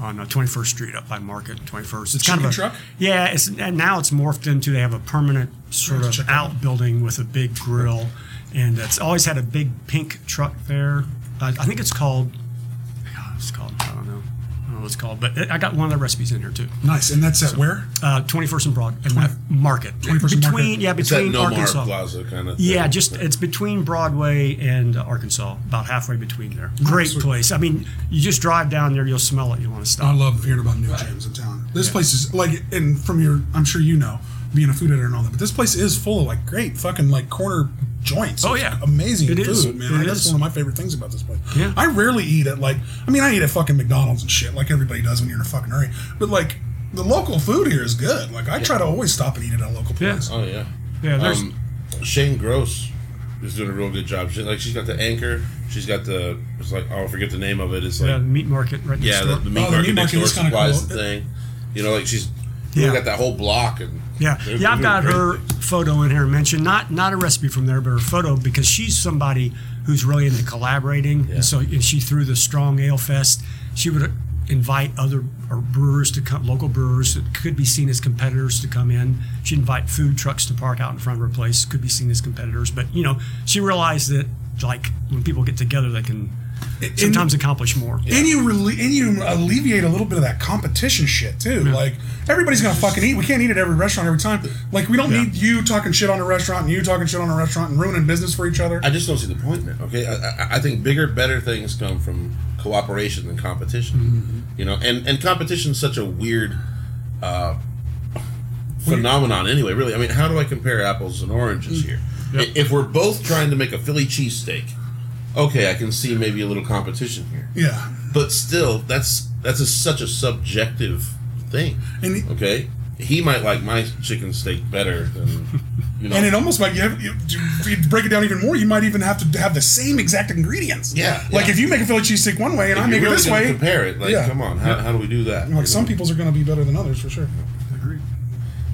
C: on uh, 21st Street up by Market 21st. It's kind
A: chicken
C: of a,
A: truck?
C: Yeah, it's and now it's morphed into they have a permanent sort of
A: Chicken.
C: outbuilding with a big grill, and it's always had a big pink truck there. I, I think it's called. God, it's called. I don't know. I don't know what it's called, but it, I got one of the recipes in here too.
A: Nice. And that's at where?
C: Uh, 21st and Broad and Market.
A: 21st and
C: between,
A: Market.
C: yeah,
B: It's that
C: between
B: Nomar
C: Arkansas.
B: Plaza kind of.
C: Yeah,
B: thing.
C: just it's between Broadway and uh, Arkansas, about halfway between there. Great place. I mean, you just drive down there, you'll smell it, you want to
A: I
C: stop.
A: love hearing about New James in town. This place is like, and from your, I'm sure you know, being a food editor and all that, but this place is full of like great fucking like corner joints.
C: Oh,
A: of
C: yeah.
A: amazing
C: It
A: food,
C: is.
A: man.
C: It
A: I- that's
C: is.
A: one of my favorite things about this place.
C: Yeah.
A: I rarely eat at like, I mean, I eat at fucking McDonald's and shit, like everybody does when you're in a fucking hurry. But like, the local food here is good. Like, I try to always stop and eat at a local
C: Yeah.
A: place.
B: Oh yeah.
C: Yeah, there's
B: Um, Shane Gross is doing a real good job. She, like she's got the anchor. She's got the. It's like oh, I forget the name of it. It's like
C: yeah, the meat market right next
B: Yeah,
C: door.
B: the, the meat
A: Oh, the
B: market
A: meat
B: next
A: market
B: door
A: is kinda
B: supplies
A: cool.
B: the thing. You know, like she's
C: Yeah.
B: yeah. got that whole block and
C: yeah,
B: they're-
C: yeah. I've
B: they're
C: got
B: great
C: her
B: things.
C: photo in here mentioned. Not not a recipe from there, but her photo because she's somebody who's really into collaborating. And so and she threw the Strong Ale Fest. She would invite other or brewers to come, local brewers that could be seen as competitors to come in. She'd invite food trucks to park out in front of her place, could be seen as competitors. But you know, she realized that like when people get together, they can sometimes accomplish more.
A: And you rele- and you alleviate a little bit of that competition shit too. Like everybody's gonna fucking eat. We can't eat at every restaurant every time. Like we don't need you talking shit on a restaurant and you talking shit on a restaurant and ruining business for each other.
B: I just don't see the point, man. Okay, I, I, I think bigger, better things come from cooperation than competition.
A: Mm-hmm.
B: You know, and and competition's such a weird uh, phenomenon. Anyway, really, I mean, how do I compare apples and oranges
A: Mm.
B: here? I- If we're both trying to make a Philly cheesesteak, okay, I can see maybe a little competition here.
A: yeah,
B: But still, that's that's a, such a subjective thing.
A: and it-
B: Okay, he might like my chicken steak better than you know.
A: and it almost might you, have, you, if you break it down even more. You might even have to have the same exact ingredients.
B: Yeah,
A: Like
B: yeah.
A: if you make a Philly cheesesteak one way and I
B: If
A: make it
B: you're really
A: this
B: gonna
A: way,
B: Compare it. Like,
A: Yeah.
B: come on. How, how do we do that? you
A: like some
B: know?
A: people's are gonna be better than others for sure.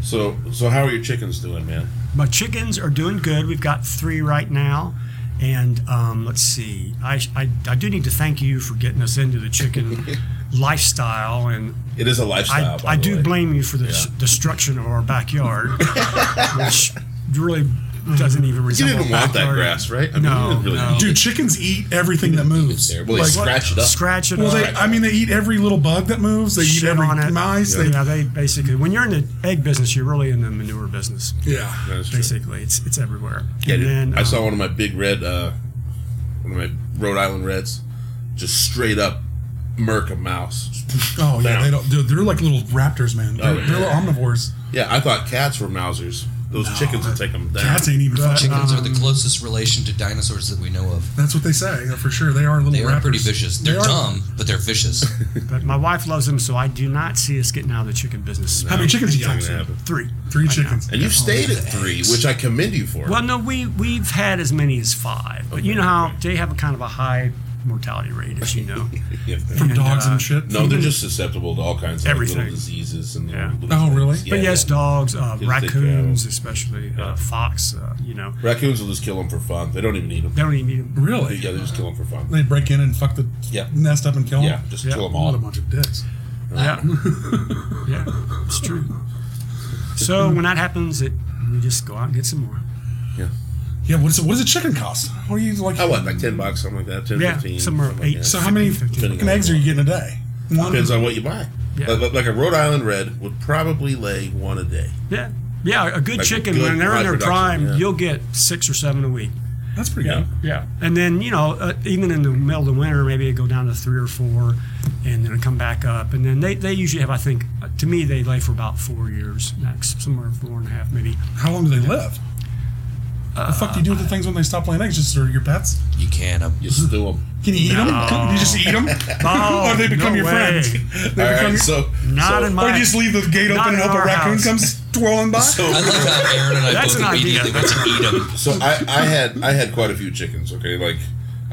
B: So, so how are your chickens doing, man?
C: My chickens are doing good. We've got three right now. And um, let's see, I, I, I do need to thank you for getting us into the chicken lifestyle. And
B: It is a lifestyle.
C: I,
B: by
C: I
B: the
C: do
B: way.
C: blame you for the s- destruction of our backyard, which really doesn't even
B: You
C: resemble
B: didn't
C: a
B: want that
C: backyard.
B: grass, right? I
C: No,
B: you didn't
C: no.
A: Dude, chickens eat everything that moves.
B: Terrible. They scratch it up.
C: Scratch it
A: Well,
C: up.
A: they, I mean, they eat every little bug that moves. They eat
C: shit
A: every
C: on it.
A: mice.
C: Yeah. they basically, when you're in the egg business, you're really in the manure business.
A: They, yeah.
B: That's true.
C: Basically, it's it's everywhere.
B: Yeah,
C: and
B: dude,
C: then
B: I
C: um,
B: saw one of my big red, uh, one of my Rhode Island Reds, just straight up murk a mouse.
A: Oh yeah,
B: Down.
A: they don't. Dude, they're like little raptors, man. They're,
B: Oh, yeah.
A: they're little omnivores.
B: Yeah, I thought cats were mousers. Those chickens would take them down.
A: Cats ain't even fucking.
D: Chickens
C: um,
D: are the closest relation to dinosaurs that we know of.
A: That's what they say yeah, for sure. They are little
D: They
A: raptors.
D: are pretty vicious. They're
A: They are-
D: dumb, but they're vicious.
C: But my wife loves them, so I do not see us getting out of the chicken business.
A: How many chickens you
B: It's not
A: got?
B: gonna happen.
C: Three.
A: Three chickens.
B: And you've
C: oh,
B: stayed at three, which I commend you for.
C: Well, no, we we've had as many as five, but you know how they have a kind of a high mortality rate, as you know.
B: Yeah.
A: From dogs
C: uh,
A: and shit.
B: No, they're just susceptible to all kinds of like,
C: Everything.
B: little diseases and
C: Yeah.
B: little
A: Oh,
B: things.
A: really?
B: Yeah,
C: but yes,
B: yeah.
C: dogs, uh,
B: Just take care of
C: raccoons, especially uh, fox. Uh, you know,
B: Raccoons will just kill them for fun. They don't even eat them.
C: they don't even eat them.
A: really.
B: Yeah, they just kill them for fun.
A: They break in and fuck the
B: Yeah.
A: nest up and kill them.
B: Yeah, just
C: Yeah.
B: kill them
A: What a
B: all.
A: bunch of dicks.
C: Yeah. yeah, it's true. So when that happens, it we just go out and get some more.
A: Yeah, what is it? What does a chicken cost? What are you like?
B: I what, like ten bucks, something like that, 10,
C: Yeah,
B: 15,
C: somewhere
B: something like
C: eight,
B: that.
A: so how many
C: 15,
A: fucking eggs are you getting a day? One.
B: Depends on what you buy.
C: Yeah.
B: Like- Like, like a Rhode Island Red would probably lay one a day.
C: Yeah. Yeah, a good
B: Like a
C: chicken
B: good
C: when they're in
B: high
C: their
B: production,
C: prime,
B: yeah.
C: you'll get six or seven a week.
A: That's pretty good.
C: Yeah, and then you know, uh, even in the middle of the winter, maybe it go down to three or four, and then it come back up. And then they, they usually have, I think, uh, to me, they lay for about four years max, somewhere four and a half maybe.
A: How long do they live? the fuck do you do
D: Uh,
A: with the things when they stop laying eggs? Just are your pets?
D: You can. Um,
B: You stew them.
A: Can you eat them? You just eat them,
C: Oh,
A: or they become
C: no
A: your
C: way.
A: friends? They
B: All
A: become
B: right,
A: your-
B: so
C: Not
B: so,
C: in
A: or
C: my.
A: you just leave the gate
C: Not
A: open and
C: in
A: hope a
C: our
A: raccoon
C: house.
A: comes twirling by.
B: So,
D: I love how Aaron and I
C: That's
D: both
C: an
D: immediately
C: idea.
D: went to eat them.
B: so I, I had I had quite a few chickens. Okay, like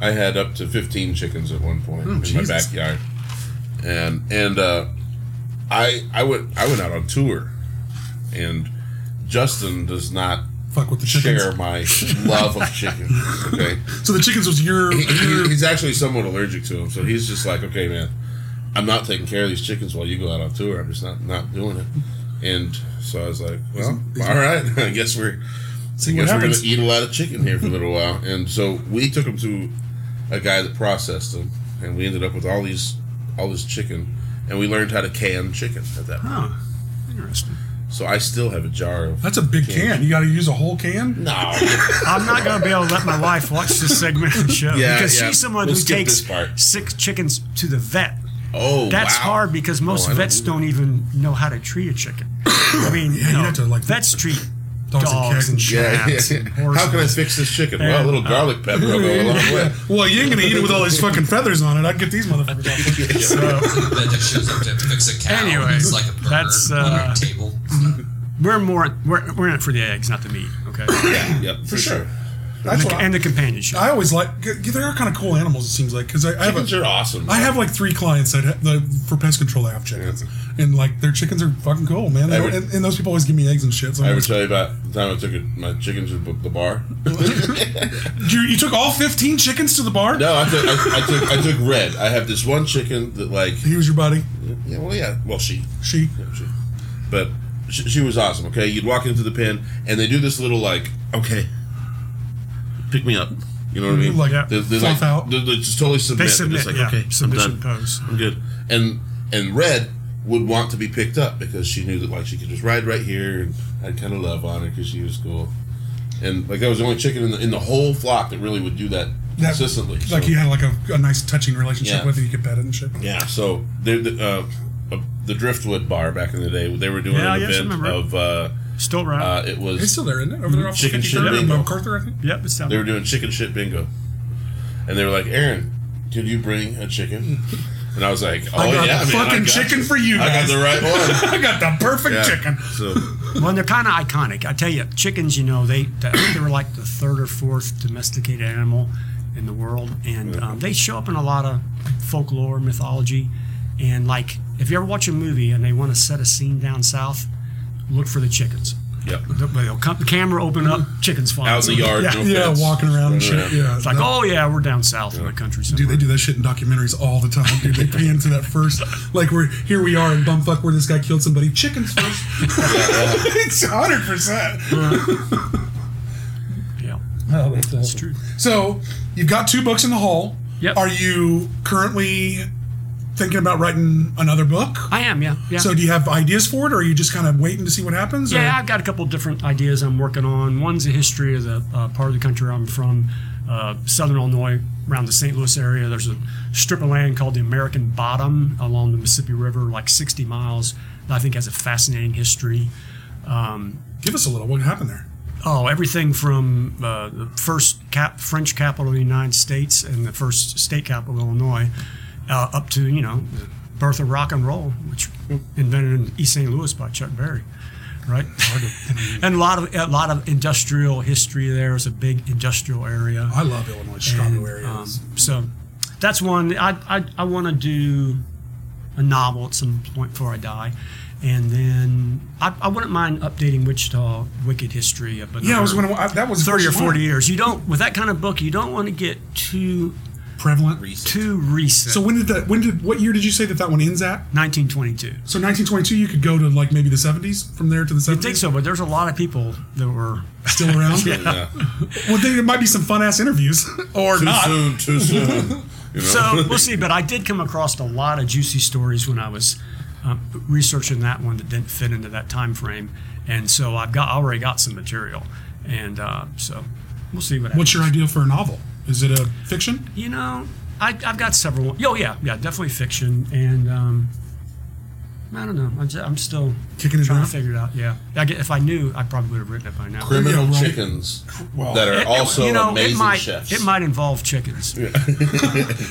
B: I had up to fifteen chickens at one point in
A: Jesus.
B: my backyard, and and uh, I I went I went out on tour, and Justin does not
A: Fuck with the chickens.
B: share my love of chicken. Okay.
A: So the chickens was your.
B: He- he-
A: your
B: he's actually somewhat allergic to him, so he's just like, okay, man, I'm not taking care of these chickens while you go out on tour. I'm just not not doing it. And so I was like, well, all right, I guess we're I
A: what
B: guess we're gonna
A: happens.
B: eat a lot of chicken here for a little while. And so we took him to a guy that processed them, and we ended up with all these all this chicken, and we learned how to can chicken at that. point.
C: Oh, interesting.
B: So I still have a jar of.
A: that's a big can. You got to use a whole can.
B: No.
C: I'm not going to be able to let my wife watch this segment of the show
B: Yeah,
C: because
B: yeah.
C: she's someone
B: We'll
C: who
B: skip
C: takes
B: this part.
C: six chickens to the vet.
B: Oh,
C: That's
B: wow.
C: hard because most
B: Oh, I don't
C: vets
B: do
C: don't even know how to treat a chicken. I mean, you know,
A: have to, like,
C: vets treat
A: dogs and
C: dogs,
A: cats
C: and
A: and shit.
B: Yeah,
C: cats
B: yeah.
C: and horses.
B: How can I fix this chicken? Well, a little garlic pepper will go a long way.
A: Well, you ain't gonna eat it with all these fucking feathers on it. I'd get these motherfuckers. off.
D: That just shows up to fix a cow.
C: Anyway,
D: it's like a burger
C: that's,
D: on
C: uh,
D: a table.
C: We're more we're, we're in it for the eggs, not the meat. Okay, and,
B: Yep, for sure.
A: That's
C: the,
A: what
C: and
A: I,
C: the
B: Uh,
C: companionship.
A: I always like. They are kind of cool animals. It seems like because I, I have
B: Chickens
A: a,
B: are awesome.
A: I have like three clients that have, the, for pest control that have chickens, and like their chickens are fucking cool, man. They
B: I would-
A: and, and those people always give me eggs and shit. So I'm
B: I ever
A: always-
B: tell you about the time I took it, my chickens to the bar?
A: you, you took all fifteen chickens to the bar.
B: No, I took, I, I took I took red. I have this one chicken that like
A: He was your buddy.
B: yeah, well yeah, well she,
A: She.
B: yeah, she but she, she was awesome. Okay, you'd walk into the pen and they do this little like okay, pick me up. You know what I mean?
A: Like,
B: they're, they're
A: fluff
B: like
A: out.
B: They're, they're just totally submit.
C: they
B: They're
C: submit,
B: just like,
C: yeah,
B: okay, I'm
C: submission
B: done.
C: pose.
B: I'm good. And and Red would want to be picked up because she knew that like she could just ride right here, and I'd kind of love on her because she was cool. And like that was the only chicken in the in the whole flock that really would do that,
A: That-
B: consistently.
A: Like
B: so,
A: you had like a, a nice touching relationship
B: Yeah.
A: with it. You could pet it and shit.
B: yeah. So they the, uh, uh, the Driftwood Bar back in the day, they were doing
C: Yeah,
B: an
C: yes, I
B: event
C: remember.
B: of uh,
C: Still right.
B: uh, it
A: It's
B: was
A: still there, isn't it? Over there off
B: Chicken shit
A: 53rd and
B: bingo.
A: MacArthur, I think.
C: yep, it's down.
B: they were
C: there.
B: doing chicken shit bingo, and they were like, Aaron, could you bring a chicken? And I was like, Oh
A: I got
B: yeah,
A: the
B: man, I
A: fucking
B: got
A: chicken for you
B: I
A: guys.
B: got the right one.
A: I got the perfect
B: Yeah.
A: chicken.
B: So.
C: Well, and they're kind of iconic. I tell you, chickens. You know, they I think they were like the third or fourth domesticated animal in the world, and um, they show up in a lot of folklore, mythology, and like if you ever watch a movie and they want to set a scene down south, look for the chickens.
B: Yep.
C: They'll- They'll come, the camera open up, chickens flying.
B: Out in the yard.
C: Yeah.
B: no
A: Yeah,
B: fence.
A: walking around and shit.
B: Running
A: Yeah.
C: It's like, oh yeah, we're down south in the country. Somewhere.
A: Dude, they do that shit in documentaries all the time. Dude, they pay into that first. Like, we're here we are in Bumfuck where this guy killed somebody. Chickens first. it's 100%.
C: Yeah,
A: Oh, that's
C: it's true.
A: So, you've got two books in the hole.
C: Yep.
A: Are you currently thinking about writing another book?
C: I am. Yeah. Yeah.
A: So, do you have ideas for it, or are you just kind of waiting to see what happens? or-
C: Yeah, I've got a couple different ideas I'm working on. One's a history of the uh, part of the country I'm from, uh, southern Illinois, around the St. Louis area. There's a strip of land called the American Bottom along the Mississippi River, like 60 miles, that I think has a fascinating history.
A: Give us a little. What happened there?
C: Oh, everything from uh, the first cap- French capital of the United States and the first state capital of Illinois, uh, up to you know, the birth of rock and roll, which invented in East St. Louis by Chuck Berry, right? and a lot of a lot of industrial history there. It's a big industrial area.
A: I love Illinois, Chicago area.
C: Um, so that's one. I I, I want to do a novel at some point before I die. And then I, I wouldn't mind updating Wichita Wicked History. Up
A: yeah, I was going to. That was
C: thirty or
A: question
C: forty
A: mine.
C: years. You don't with that kind of book. You don't want to get too
A: prevalent.
C: Too recent.
A: So when did that? When did what year did you say that that one ends at?
C: 1922.
A: So 1922, you could go to like maybe the 70s from there to the 70s.
C: I think so, but there's a lot of people that were.
A: Still around. Well, there might be some fun ass interviews or
B: Too
A: not.
B: soon, too soon. You know?
C: So we'll see. But I did come across a lot of juicy stories when I was um, researching that one that didn't fit into that time frame, and so I've got already got some material, and uh, so we'll see what.
A: What's
C: happens.
A: your idea for a novel? Is it a fiction?
C: You know, I, I've got several. Oh yeah, yeah, definitely fiction, and um, I don't know. I'm, just, I'm still
A: Kicking it
C: trying
A: around?
C: to figure it out. Yeah, I get, if I knew, I probably would have written it by now.
B: criminal
A: Yeah, well-
B: chickens
A: well,
B: that are
C: It- it-
B: also
C: you know,
B: amazing
C: it might,
B: chefs.
C: It might involve chickens.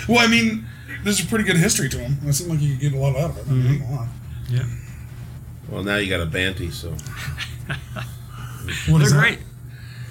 A: Well, I mean, there's a pretty good history to them. It seemed like you could get a lot out of it. I mean, hang on.
C: Yeah,
B: Well, now you got a banty, so
A: What
C: they're
A: is that?
C: great.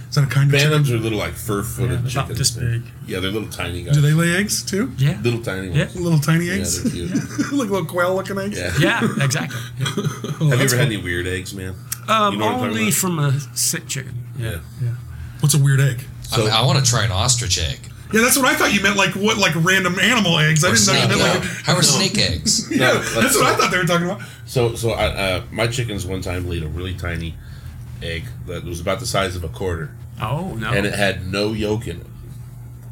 A: Is that a kind of chicken?
B: bantams are little like fur-footed
C: Yeah,
B: chickens.
C: about this
B: They're-
C: big.
B: Yeah, they're little tiny guys.
A: Do they lay eggs too?
C: Yeah,
B: Little tiny ones.
C: Yeah.
A: Little tiny
B: Yeah,
A: eggs,
B: they're cute.
A: like little quail looking eggs.
B: Yeah.
C: yeah, exactly. Yeah.
A: Oh,
B: Have you
A: that's
B: ever had
A: cool.
B: any weird eggs, man?
C: Um,
B: You know what I'm talking
C: only
B: about?
C: from a sick chicken.
B: Yeah.
C: Yeah, yeah.
A: What's a weird egg?
D: I, mean,
B: So-
D: I want to try an ostrich egg.
A: Yeah, that's what I thought you meant. Like what? Like random animal eggs? I
D: Or
A: didn't know you
D: snake
A: meant
D: egg.
A: like.
D: How are snake eggs?
B: No,
A: Yeah,
B: like-
A: that's what I thought they were talking about.
B: So, so I, uh, my chickens one time laid a really tiny egg that was about the size of a quarter,
C: Oh no.
B: and it had no yolk in it.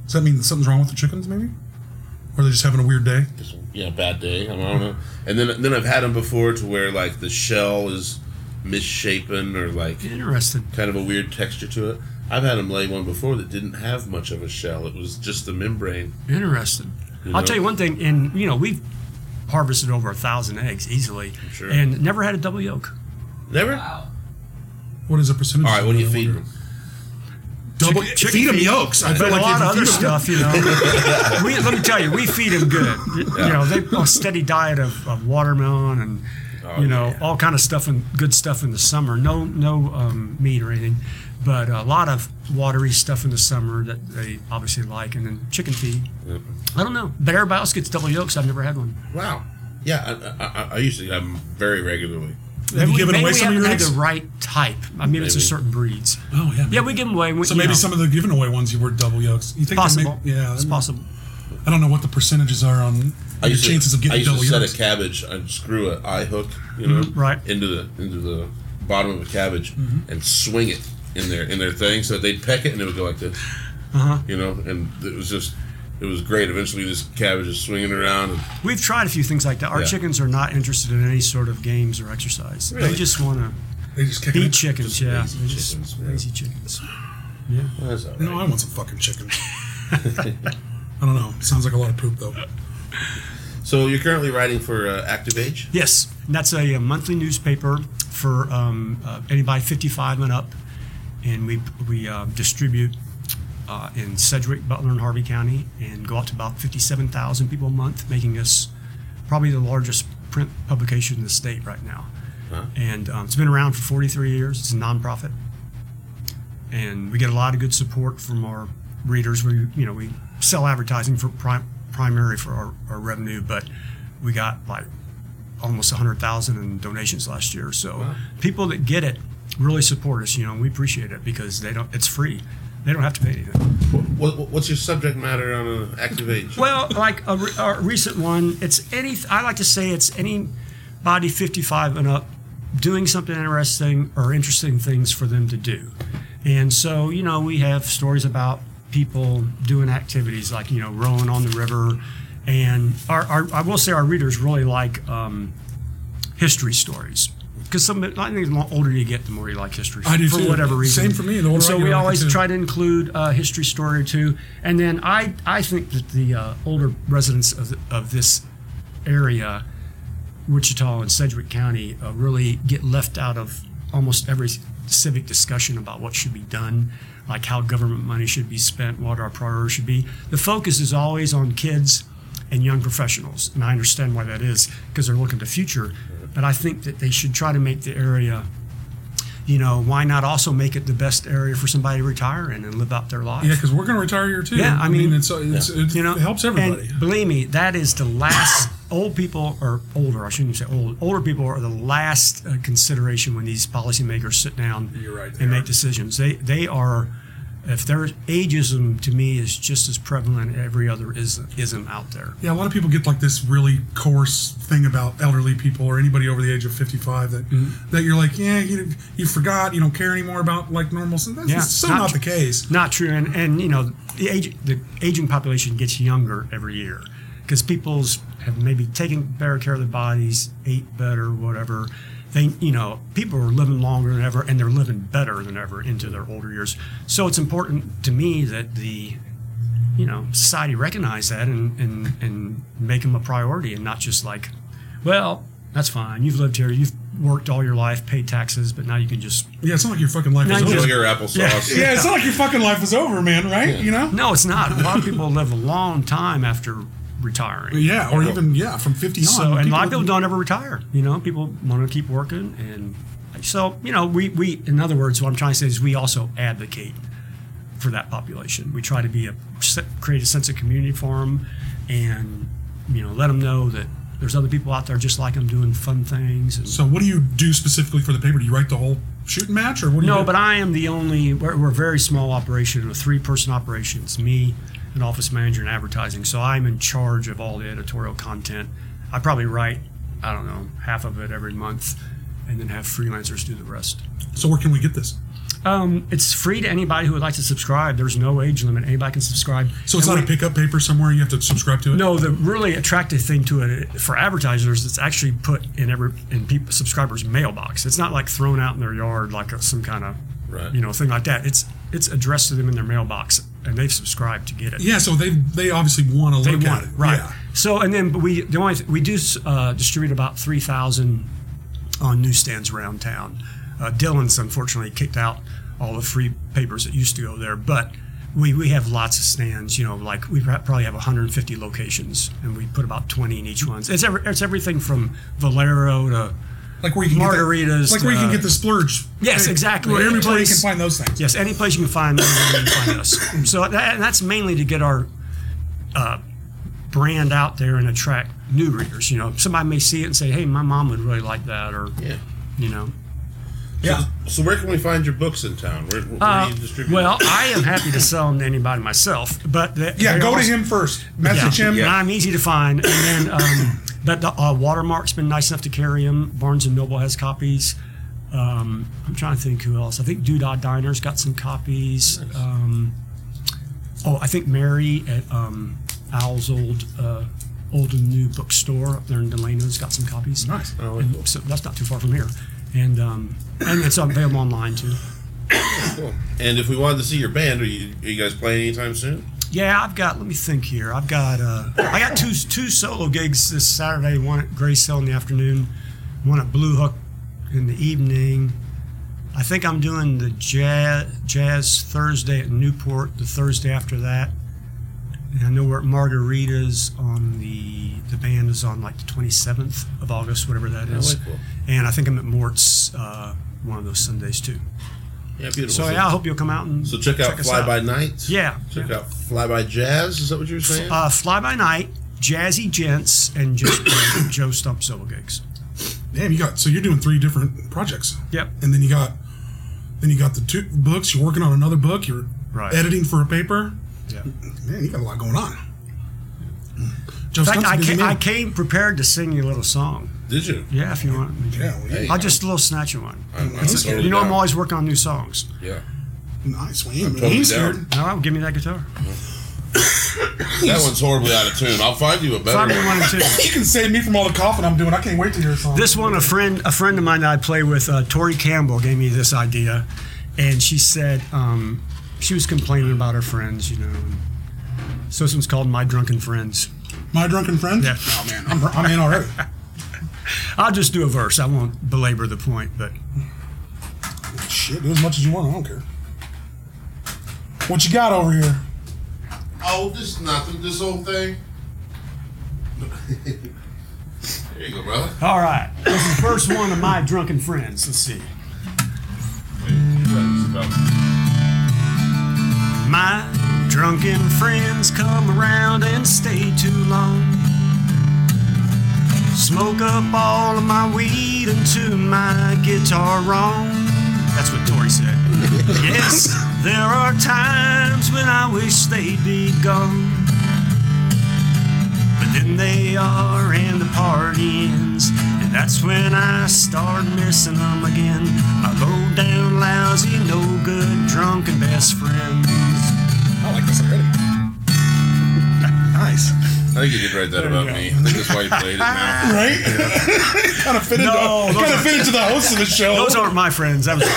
A: Does that mean something's wrong with the chickens? Maybe, or are they just having a weird day?
B: Just, yeah, bad day. I don't know. And then, then I've had them before to where like the shell is misshapen or like
C: Interesting.
B: kind of a weird texture to it. I've had them lay one before that didn't have much of a shell. It was just the membrane.
C: Interesting. I'll
B: know?
C: tell you one thing, and you know we've harvested over a thousand eggs easily,
B: Sure.
C: and never had a double yolk.
B: Never.
A: What is the percentage?
B: All right, what do you
A: I
B: feed
A: wonder?
B: them?
A: Double,
C: Chicken- chicken
A: feed them
C: feet.
A: yolks. I feel like
C: But a
A: if
C: lot
A: you
C: of
A: feed
C: other
A: 'em-
C: stuff, you know. we, let me tell you, we feed them good. You, you know, they a steady diet of, of watermelon and
A: Oh,
C: you know all kind of stuff and good stuff in the summer. No, no um, meat or anything, but a lot of watery stuff in the summer that they obviously like, and then chicken feed. I don't know, but everybody else gets double yolks. I've never had one.
B: Wow. Yeah, I, I, I- I usually have them very regularly.
A: Have you
C: we-
A: given
C: maybe
A: away
C: we
A: some of
C: haven't
A: your
C: had
A: eggs?
C: the right type. I mean, it's a
B: Maybe.
C: certain breeds.
A: Oh yeah.
C: Yeah, we give them away. When,
A: So maybe
C: you know,
A: some of the given away ones you were double yolks. You think they may-
C: possible.
A: yeah,
C: it's possible.
A: I don't know what the percentages are on
B: I
A: your
B: used
A: chances
B: to,
A: of getting
B: I used
A: double Mm-hmm.
B: to set
A: yolks.
B: a cabbage and screw a eye hook, you know,
C: right.
B: into the into the bottom of a cabbage
A: Mm-hmm.
B: and swing it in their in their thing so that they'd peck it and it would go like this,
A: Uh-huh.
B: you know, and it was just it was great. Eventually, this cabbage is swinging around. And,
C: We've tried a few things like that. Our
B: Yeah.
C: chickens are not interested in any sort of games or exercise. They
B: Really?
C: just want to
A: They just kick
C: be
A: it.
C: chickens.
B: Just
C: yeah,
B: lazy
C: They're just
B: chickens, yeah.
C: lazy chickens.
B: well, that's all right.
A: No, I want some fucking chicken. I don't know. Sounds like a lot of poop though.
B: So you're currently writing for uh, Active Age.
C: Yes, and that's a, uh, monthly newspaper for um, uh, anybody 55 and up, and we we uh, distribute uh, in Sedgwick, Butler, and Harvey County, and go out to about 57,000 people a month, making us probably the largest print publication in the state right now. And um, it's been around for 43 years. It's a nonprofit, and we get a lot of good support from our readers. We you know we sell advertising for prim- primary for our, our revenue, but we got like almost 100,000 in donations last year. So people that get it really support us, you know, and we appreciate it because they don't it's free. They don't have to pay anything.
B: What, what- what's your subject matter on uh, Active Age?
C: Well, like a, re- a recent one, it's any I like to say it's any body 55 and up doing something interesting or interesting things for them to do. And so, you know, we have stories about people doing activities like, you know, rowing on the river. And our, our, I will say our readers really like um, history stories because some I think the older you get, the more you like history.
A: I do
C: for
A: too.
C: whatever reason.
A: Same for me, the older I
C: so
A: get, I
C: we
A: like it
C: always
A: too.
C: try to include a history story or two, and then I I think that the uh, older residents of the, of this area, Wichita and Sedgwick County, uh, really get left out of almost every civic discussion about what should be done, like how government money should be spent, what our priorities should be. The focus is always on kids and young professionals, and I understand why that is because they're looking to the future. But I think that they should try to make the area, you know, why not also make it the best area for somebody to retire in and live out their life?
A: Yeah, because we're gonna retire here too.
C: Yeah, I mean,
A: it's, uh, it's, it's,
C: you know
A: it helps everybody.
C: and believe me that is the last old people or older i shouldn't even say old older people are the last uh, consideration when these policymakers sit down
A: You're right, they
C: and
A: are.
C: make decisions they they are if there's ageism to me is just as prevalent as every other ism, ism out there.
A: Yeah, a lot of people get like this really coarse thing about elderly people or anybody over the age of fifty-five that
C: Mm-hmm.
A: that you're like, yeah, you, you forgot, you don't care anymore about like normal. So that's
C: Yeah,
A: so
C: not
A: not,
C: tr-
A: the case.
C: Not true, and and you know the age the aging population gets younger every year because people's have maybe taken better care of their bodies, ate better, whatever. They you know people are living longer than ever, and they're living better than ever into their older years. So it's important to me that the you know society recognize that and and and make them a priority, and not just like, well, that's fine. You've lived here. You've worked all your life, paid taxes, but now you can just
A: Yeah, it's not like your fucking life is
C: Not
A: over.
C: just-
B: Sugar applesauce.
A: Yeah, it's not like your fucking life is over, man. Right? You know?
C: No, it's not. A lot of people live a long time after retiring.
A: Yeah, or even yeah, from fifty on.
C: So, and a lot of people
A: people-
C: don't ever retire. You know, people want to keep working, and so you know, we we in other words, what I'm trying to say is we also advocate for that population. We try to be a se- create a sense of community for them, and you know, let them know that there's other people out there just like them doing fun things. And,
A: So, what do you do specifically for the paper? Do you write the whole shooting match, or what? Do you
C: No,
A: do?
C: but I am the only. We're, we're a very small operation, a three-person operation. It's me, an office manager, and advertising. So I'm in charge of all the editorial content. I probably write, I don't know, half of it every month, and then have freelancers do the rest.
A: so where can we get this?
C: Um, it's free to anybody who would like to subscribe. There's no age limit. Anybody can subscribe.
A: So it's
C: And
A: not
C: we-
A: a pickup paper somewhere. You have to subscribe to it.
C: no, the really attractive thing to it for advertisers, it's actually put in every in people subscribers' mailbox. It's not like thrown out in their yard like a, some kind of
B: Right.
C: you know thing like that. It's it's addressed to them in their mailbox, and they've subscribed to get it.
A: Yeah, so they they obviously want to
C: they
A: look
C: want
A: at
C: it,
A: it,
C: right?
A: Yeah.
C: So, and then but we the only th- we do uh, distribute about three thousand on newsstands around town. Uh, Dylan's unfortunately kicked out all the free papers that used to go there, but we, we have lots of stands. You know, like we pro- probably have 150 locations, and we put about 20 in each one. It's every, it's everything from Valero to
A: Like where you can get
C: Margaritas,
A: the, like where you can
C: uh,
A: get the splurge.
C: Yes,
A: Hey,
C: exactly.
A: Where
C: Any
A: everybody can
C: place-
A: find those things.
C: Yes, any place you can find us, you can find us. So that, and that's mainly to get our uh, brand out there and attract new readers. You know, somebody may see it and say, "Hey, my mom would really like that," or
B: Yeah.
C: you know.
A: Yeah.
B: So where can we find your books in town? Where, where
C: Uh,
B: do you distribute?
C: well, I am happy to sell them to anybody myself, but the,
A: Yeah,
C: they
A: go to
C: also-
A: him first. Message him.
C: Yeah. I'm easy to find, and then um, but the uh, Watermark's been nice enough to carry them. Barnes and Noble has copies. Um, I'm trying to think who else. I think Doodah Diner's got some copies. Um, oh, I think Mary at um, Owl's old uh, old and new bookstore up there in Delano's got some copies.
A: Nice.
C: And so that's not too far from here, and um, and it's available online too.
B: and if we wanted to see your band, are you, are you guys playing anytime soon?
C: Yeah, I've got. Let me think here. I've got. Uh, I got two two solo gigs this Saturday. One at Grace Hill in the afternoon. One at Blue Hook in the evening. I think I'm doing the jazz, jazz Thursday at Newport. The Thursday after that. And I know we're at Margarita's on the the band is on like the 27th of August, whatever that is.
B: like that.
C: And I think I'm at Mort's uh, one of those Sundays too.
B: Yeah, beautiful.
C: So yeah, I hope you'll come out and
B: So check out
C: check us
B: Fly
C: out.
B: by Night.
C: Yeah,
B: Check
C: yeah.
B: out Fly by Jazz. Is that what you were saying?
C: Uh, Fly By Night, Jazzy Gents, and Joe, uh, Joe Stump solo gigs.
A: Damn, you got so you're doing three different projects.
C: Yep.
A: And then you got then you got the two books. You're working on another book. You're
C: Right.
A: editing for a paper.
C: Yeah. In
A: Man, you got a lot going on. Joe
C: fact,
A: Stump's a
C: I
A: busy
C: came,
A: man.
C: I came prepared to sing you a little song.
B: Did you?
C: Yeah, if you want. me to.
A: Yeah, well, yeah.
C: I'll just a little snatch you one.
B: I'm- I'm
C: It's-
B: totally
C: you know, I'm
B: down.
C: always working on new songs.
B: Yeah.
A: nice. We ain't, we
B: totally
A: ain't
B: down.
A: scared.
C: All right, well, give me that guitar.
B: That one's horribly out of tune. I'll find you a better
C: Find me
B: one.
C: one and two.
A: You can save me from all the coughing I'm doing. I can't wait to hear a song.
C: This one, a friend, a friend of mine that I play with, uh, Tori Campbell, gave me this idea, and she said um, she was complaining about her friends, you know. and So this one's called "My Drunken Friends."
A: My drunken friend.
C: Yeah.
A: Oh man, I'm, I'm in already.
C: I'll just do a verse. I won't belabor the point, but
A: Shit, do as much as you want. I don't care. What you got over here?
B: Oh, this is nothing. This whole thing. there you go, brother.
C: All right. This is the first one of my drunken friends. Let's see. My drunken friends come around and stay too long. Smoke up all of my weed and tune my guitar wrong. That's what Tori said. yes, There are times when I wish they'd be gone. But then they are, and the party ends. And that's when I start missing them again. My low down, lousy, no good, drunken best friends.
E: I like this already.
C: Nice.
B: I think you did write that about me. I think that's why you played it now.
E: Right? kind of fit into,
C: No, those
E: kind of
C: are-
E: fit into the host of the show.
C: Those aren't my friends. That was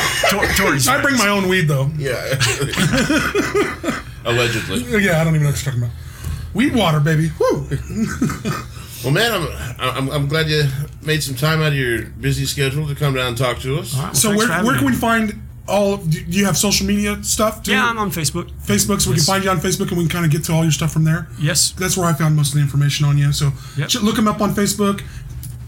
C: Tor- Tori's.
A: I bring my own weed though.
B: Yeah. Allegedly.
A: Yeah, I don't even know what you're talking about. Weed water, baby. Woo.
B: Well, man, I'm, I'm I'm glad you made some time out of your busy schedule to come down and talk to us.
A: So where where can we find all? Do you have social media stuff? Too?
C: Yeah, I'm on Facebook.
A: Facebook, so we can
C: Yes.
A: find you on Facebook and we can kind of get to all your stuff from there.
C: Yes.
A: That's where I found most of the information on you. So
C: Yep.
A: ch- look him up on Facebook.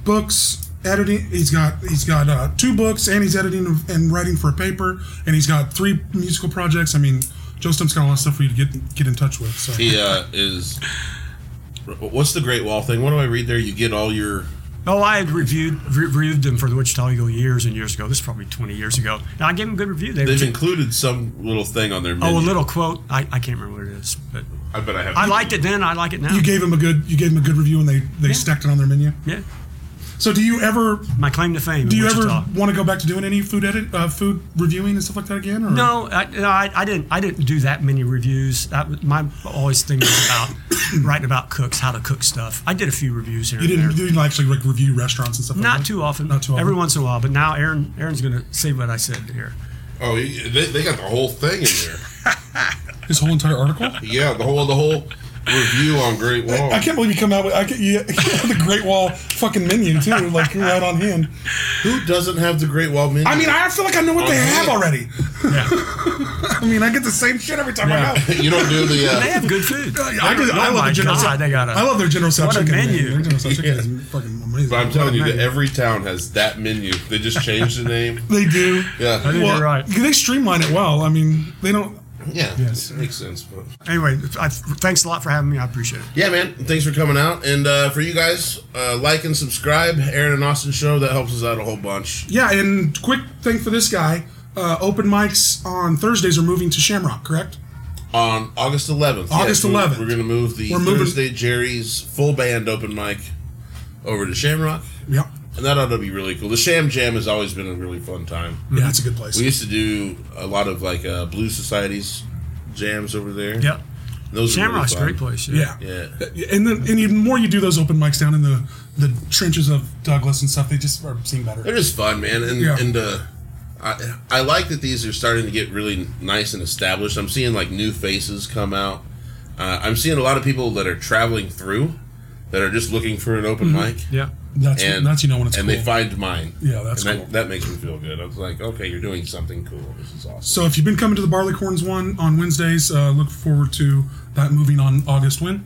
A: Books editing. He's got he's got uh, two books and he's editing and writing for a paper and he's got three musical projects. I mean, Joe Stump's got a lot of stuff for you to get get in touch with. So
B: He uh, is. What's the Great Wall thing? What do I read there? You get all your.
C: Oh, I had reviewed re- reviewed them for the Wichita Eagle years and years ago. This is probably 20 years ago. And I gave them a good review. They
B: They've
C: were-
B: included some little thing on their menu.
C: oh, a little quote. I, I can't remember what it is, but
B: I bet I have.
C: I liked it then. I like it now.
A: you gave him a good you gave him a good review and they they
C: Yeah.
A: stacked it on their menu.
C: yeah,
A: So do you ever
C: my claim to fame.
A: do
C: in
A: you
C: Wichita.
A: ever want to go back to doing any food edit uh, food reviewing and stuff like that again? Or?
C: No, I, no, I, I didn't. I didn't do that many reviews. That was, my always thing was about writing about cooks, how to cook stuff. I did a few reviews here
A: you
C: and
A: didn't.
C: there.
A: You didn't actually like review restaurants and stuff. like
C: Not
A: that?
C: too often.
A: Not too often.
C: Every once in a while. But now Aaron, Aaron's going to say what I said here.
B: Oh, they, they got the whole thing in there.
A: His whole entire article.
B: yeah, the whole the whole review on Great Wall.
A: I can't believe you come out with I can, you, the Great Wall fucking menu too. Like you're right on hand.
B: Who doesn't have the Great Wall menu?
A: I mean, I feel like I know what they
B: On hand.
A: have already.
C: Yeah.
A: I mean, I get the same shit every time
C: Yeah.
A: I go.
B: you don't do the.
C: they
B: Uh,
C: have good food.
A: I, just, I
C: oh
A: love
C: my
A: the general.
C: God, they got a-
A: I love their general Tso
C: what a
A: chicken.
C: menu.
A: Their general Tso chicken is fucking amazing.
B: but uh, I'm telling you
A: What a
B: that
A: menu.
B: every town has that menu. They just changed the name.
A: they do.
C: I
B: Yeah.
C: think
A: Well,
C: you're right.
A: They streamline it well. I mean, they don't.
B: Yeah.
A: Yes.
B: Makes sense. But.
C: Anyway, I, thanks a lot for having me. I appreciate it.
B: Yeah, man. Thanks for coming out. And uh, for you guys, uh, like and subscribe. Aaron and Austin Show. That helps us out a whole bunch.
A: Yeah, and quick thing for this guy: uh, open mics on Thursdays are moving to Shamrock, correct?
B: On August 11th.
A: August
B: we're-
A: 11th.
B: We're going to move the
A: We're moving-
B: Thursday Jerry's full band open mic over to Shamrock.
A: Yeah.
B: And that ought to be really cool. The Sham Jam has always been a really fun time.
A: Yeah, that's a good place.
B: We used to do a lot of like uh, Blue Societies jams over there.
C: Yep.
B: Those are really
C: Shamrock's a
B: fun.
C: great place.
A: Yeah.
B: Yeah.
A: And then, and even more you do those open mics down in the the trenches of Douglas and stuff, they just are seem better.
B: They're just fun, man, and
A: Yeah.
B: and uh, I I like that these are starting to get really nice and established. I'm seeing like new faces come out. Uh, I'm seeing a lot of people that are traveling through that are just looking for an
C: Mm-hmm.
B: open mic.
C: Yeah.
A: That's
B: And
A: that's you know when it's
B: and
A: cool.
B: they find mine.
A: Yeah, that's
B: and that,
A: cool.
B: That makes me feel good. I was like, okay, you're doing something cool. This is awesome.
A: so if you've been coming to the Barleycorns one on Wednesdays, uh, look forward to that moving on August when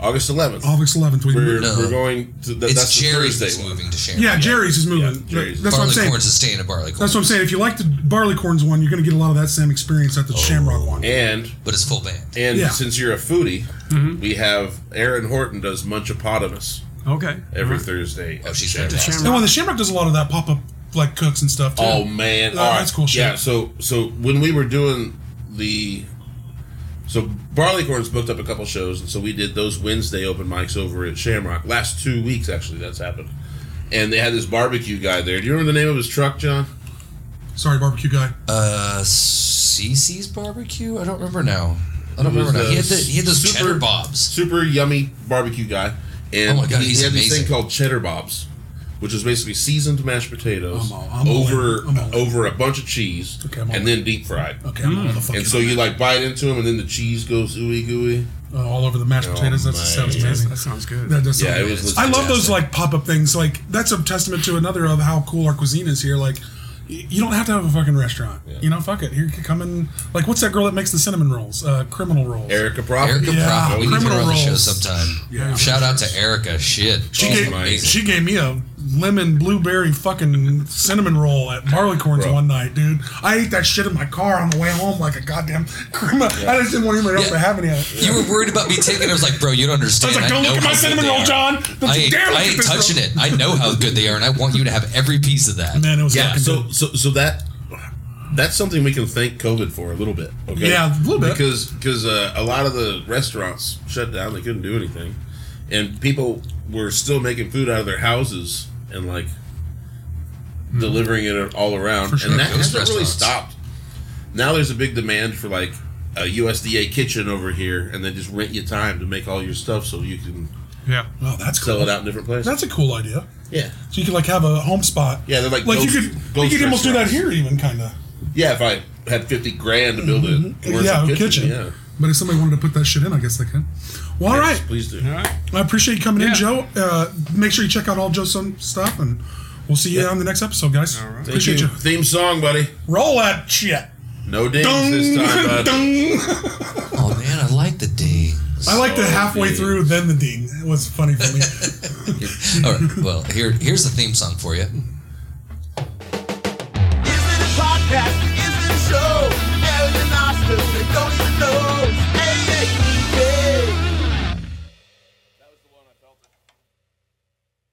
B: August 11th.
A: August 11th. We
B: we're,
D: No.
B: we're going to that,
D: It's
B: that's the
D: Jerry's
B: Thursday
D: that's
B: one.
D: moving to Sharon.
A: yeah, Jerry's is moving.
B: Yeah, Jerry's.
A: That's what I'm saying.
D: Barleycorn's is staying at Barleycorn.
A: That's what I'm saying. If you like the Barleycorns one, you're going to get a lot of that same experience at the Shamrock one.
B: And
D: But it's full band.
B: and
A: Yeah. Mm-hmm.
B: since you're a foodie, we have Aaron Horton does Munchapotamus
C: Okay.
B: every
C: All
A: Mm-hmm.
C: right.
B: Thursday. at
D: Oh, she's
B: Shamrock.
D: fantastic.
A: And when the Shamrock does a lot of that pop up like cooks and stuff. Too.
B: Oh man,
A: No,
B: All right.
A: that's cool shit.
B: Yeah, so so when we were doing the so Barleycorn's booked up a couple shows, and so we did those Wednesday open mics over at Shamrock. Last two weeks, actually, that's happened. And they had this barbecue guy there. Do you remember the name of his truck, John?
A: Sorry, barbecue guy.
D: Uh, Cece's barbecue. I don't remember now. I
B: It
D: don't
B: was
D: remember now.
B: the
D: He had the he had those
B: super-
D: cheddar bobs.
B: Super yummy barbecue guy. And
D: Oh my God,
B: he
D: he's
B: had this
D: amazing.
B: thing called cheddar bobs, which is basically seasoned mashed potatoes
A: I'm all- I'm all
B: over
A: in. I'm all in.
B: over a bunch of cheese
A: Okay, I'm all
B: and
A: in.
B: then deep fried.
A: Okay, I'm all the fucking
B: And so you like bite into them, and then the cheese goes ooey gooey.
A: uh, all over the mashed
B: Oh,
A: potatoes. That
B: man.
A: sounds
B: Yeah.
A: amazing.
C: That sounds good.
A: That does
B: Yeah,
A: sound
B: it
A: good.
B: was.
A: I love
B: fantastic.
A: those like pop up things. Like that's a testament to another of how cool our cuisine is here. Like y- you don't have to have a fucking restaurant. You know, fuck it. Here you can come in. Like what's that girl that makes the cinnamon rolls? Uh, criminal rolls.
B: Erica Oh, Proper.
D: Erica
A: Yeah,
D: Prophet. We need to
A: criminal
D: her on the show
A: rolls.
D: sometime.
A: Yeah.
D: Shout out to Erica. Shit.
A: She
D: She's
A: gave,
D: amazing.
A: she gave me a lemon blueberry fucking cinnamon roll at Barleycorns
B: Bro.
A: one night, dude. I ate that shit in my car on the way home like a goddamn criminal. I just didn't want anybody else
D: Yeah.
A: to have any of it.
D: You were worried about me taking it. I was like, bro, you don't
A: I was
D: understand.
A: like, don't
D: know
A: look at
D: how
A: my
D: good
A: cinnamon
D: they
A: roll,
D: are.
A: John. Don't
D: I
A: you
D: ain't,
A: dare look
D: I
A: at
D: ain't
A: this roll."
D: touching it. I know how good they are, and I want you to have every piece of that.
A: Man, it was
B: Yeah.
A: fucking
B: So
A: good.
B: so so that that's something we can thank COVID for a little bit. Okay?
A: Yeah, a little bit.
B: Because because uh, a lot of the restaurants shut down; they couldn't do anything, and people were still making food out of their houses and like delivering it all around.
A: Hmm. For sure.
B: And that
D: Ghost
B: hasn't really
D: restaurants.
B: stopped. Now there's a big demand for like a USDA kitchen over here, and they just rent you time to make all your stuff so you can
C: Yeah.
A: Oh, that's cool.
B: sell it out in different places.
A: That's a cool idea.
B: yeah.
A: So you could like have a home spot.
B: Yeah, they're like
A: like you
B: ghost-
A: could you
B: ghost
A: could almost do that
B: restaurants.
A: here even kind of.
B: Yeah, if I had fifty grand to build a commercial
A: Mm-hmm. Yeah, kitchen.
B: yeah.
A: But if somebody wanted to put that shit in, I guess they can. Well, all right.
B: Yes, please do.
A: I appreciate you coming
C: Yeah.
A: in, Joe. Uh, make sure you check out all Joe's some stuff, and we'll see you on the next episode, guys.
B: Thank
A: Appreciate
B: you.
A: you.
B: Theme song, buddy.
A: Roll that shit.
B: No dings this time, bud.
D: Oh man, I like the dings.
A: I like the
B: So
A: halfway
B: big.
A: through, then the ding. It was funny for me.
D: All right, well here here's the theme song for you.
F: Is it a podcast? Is it a show? Aaron and Oscar, they don't even know.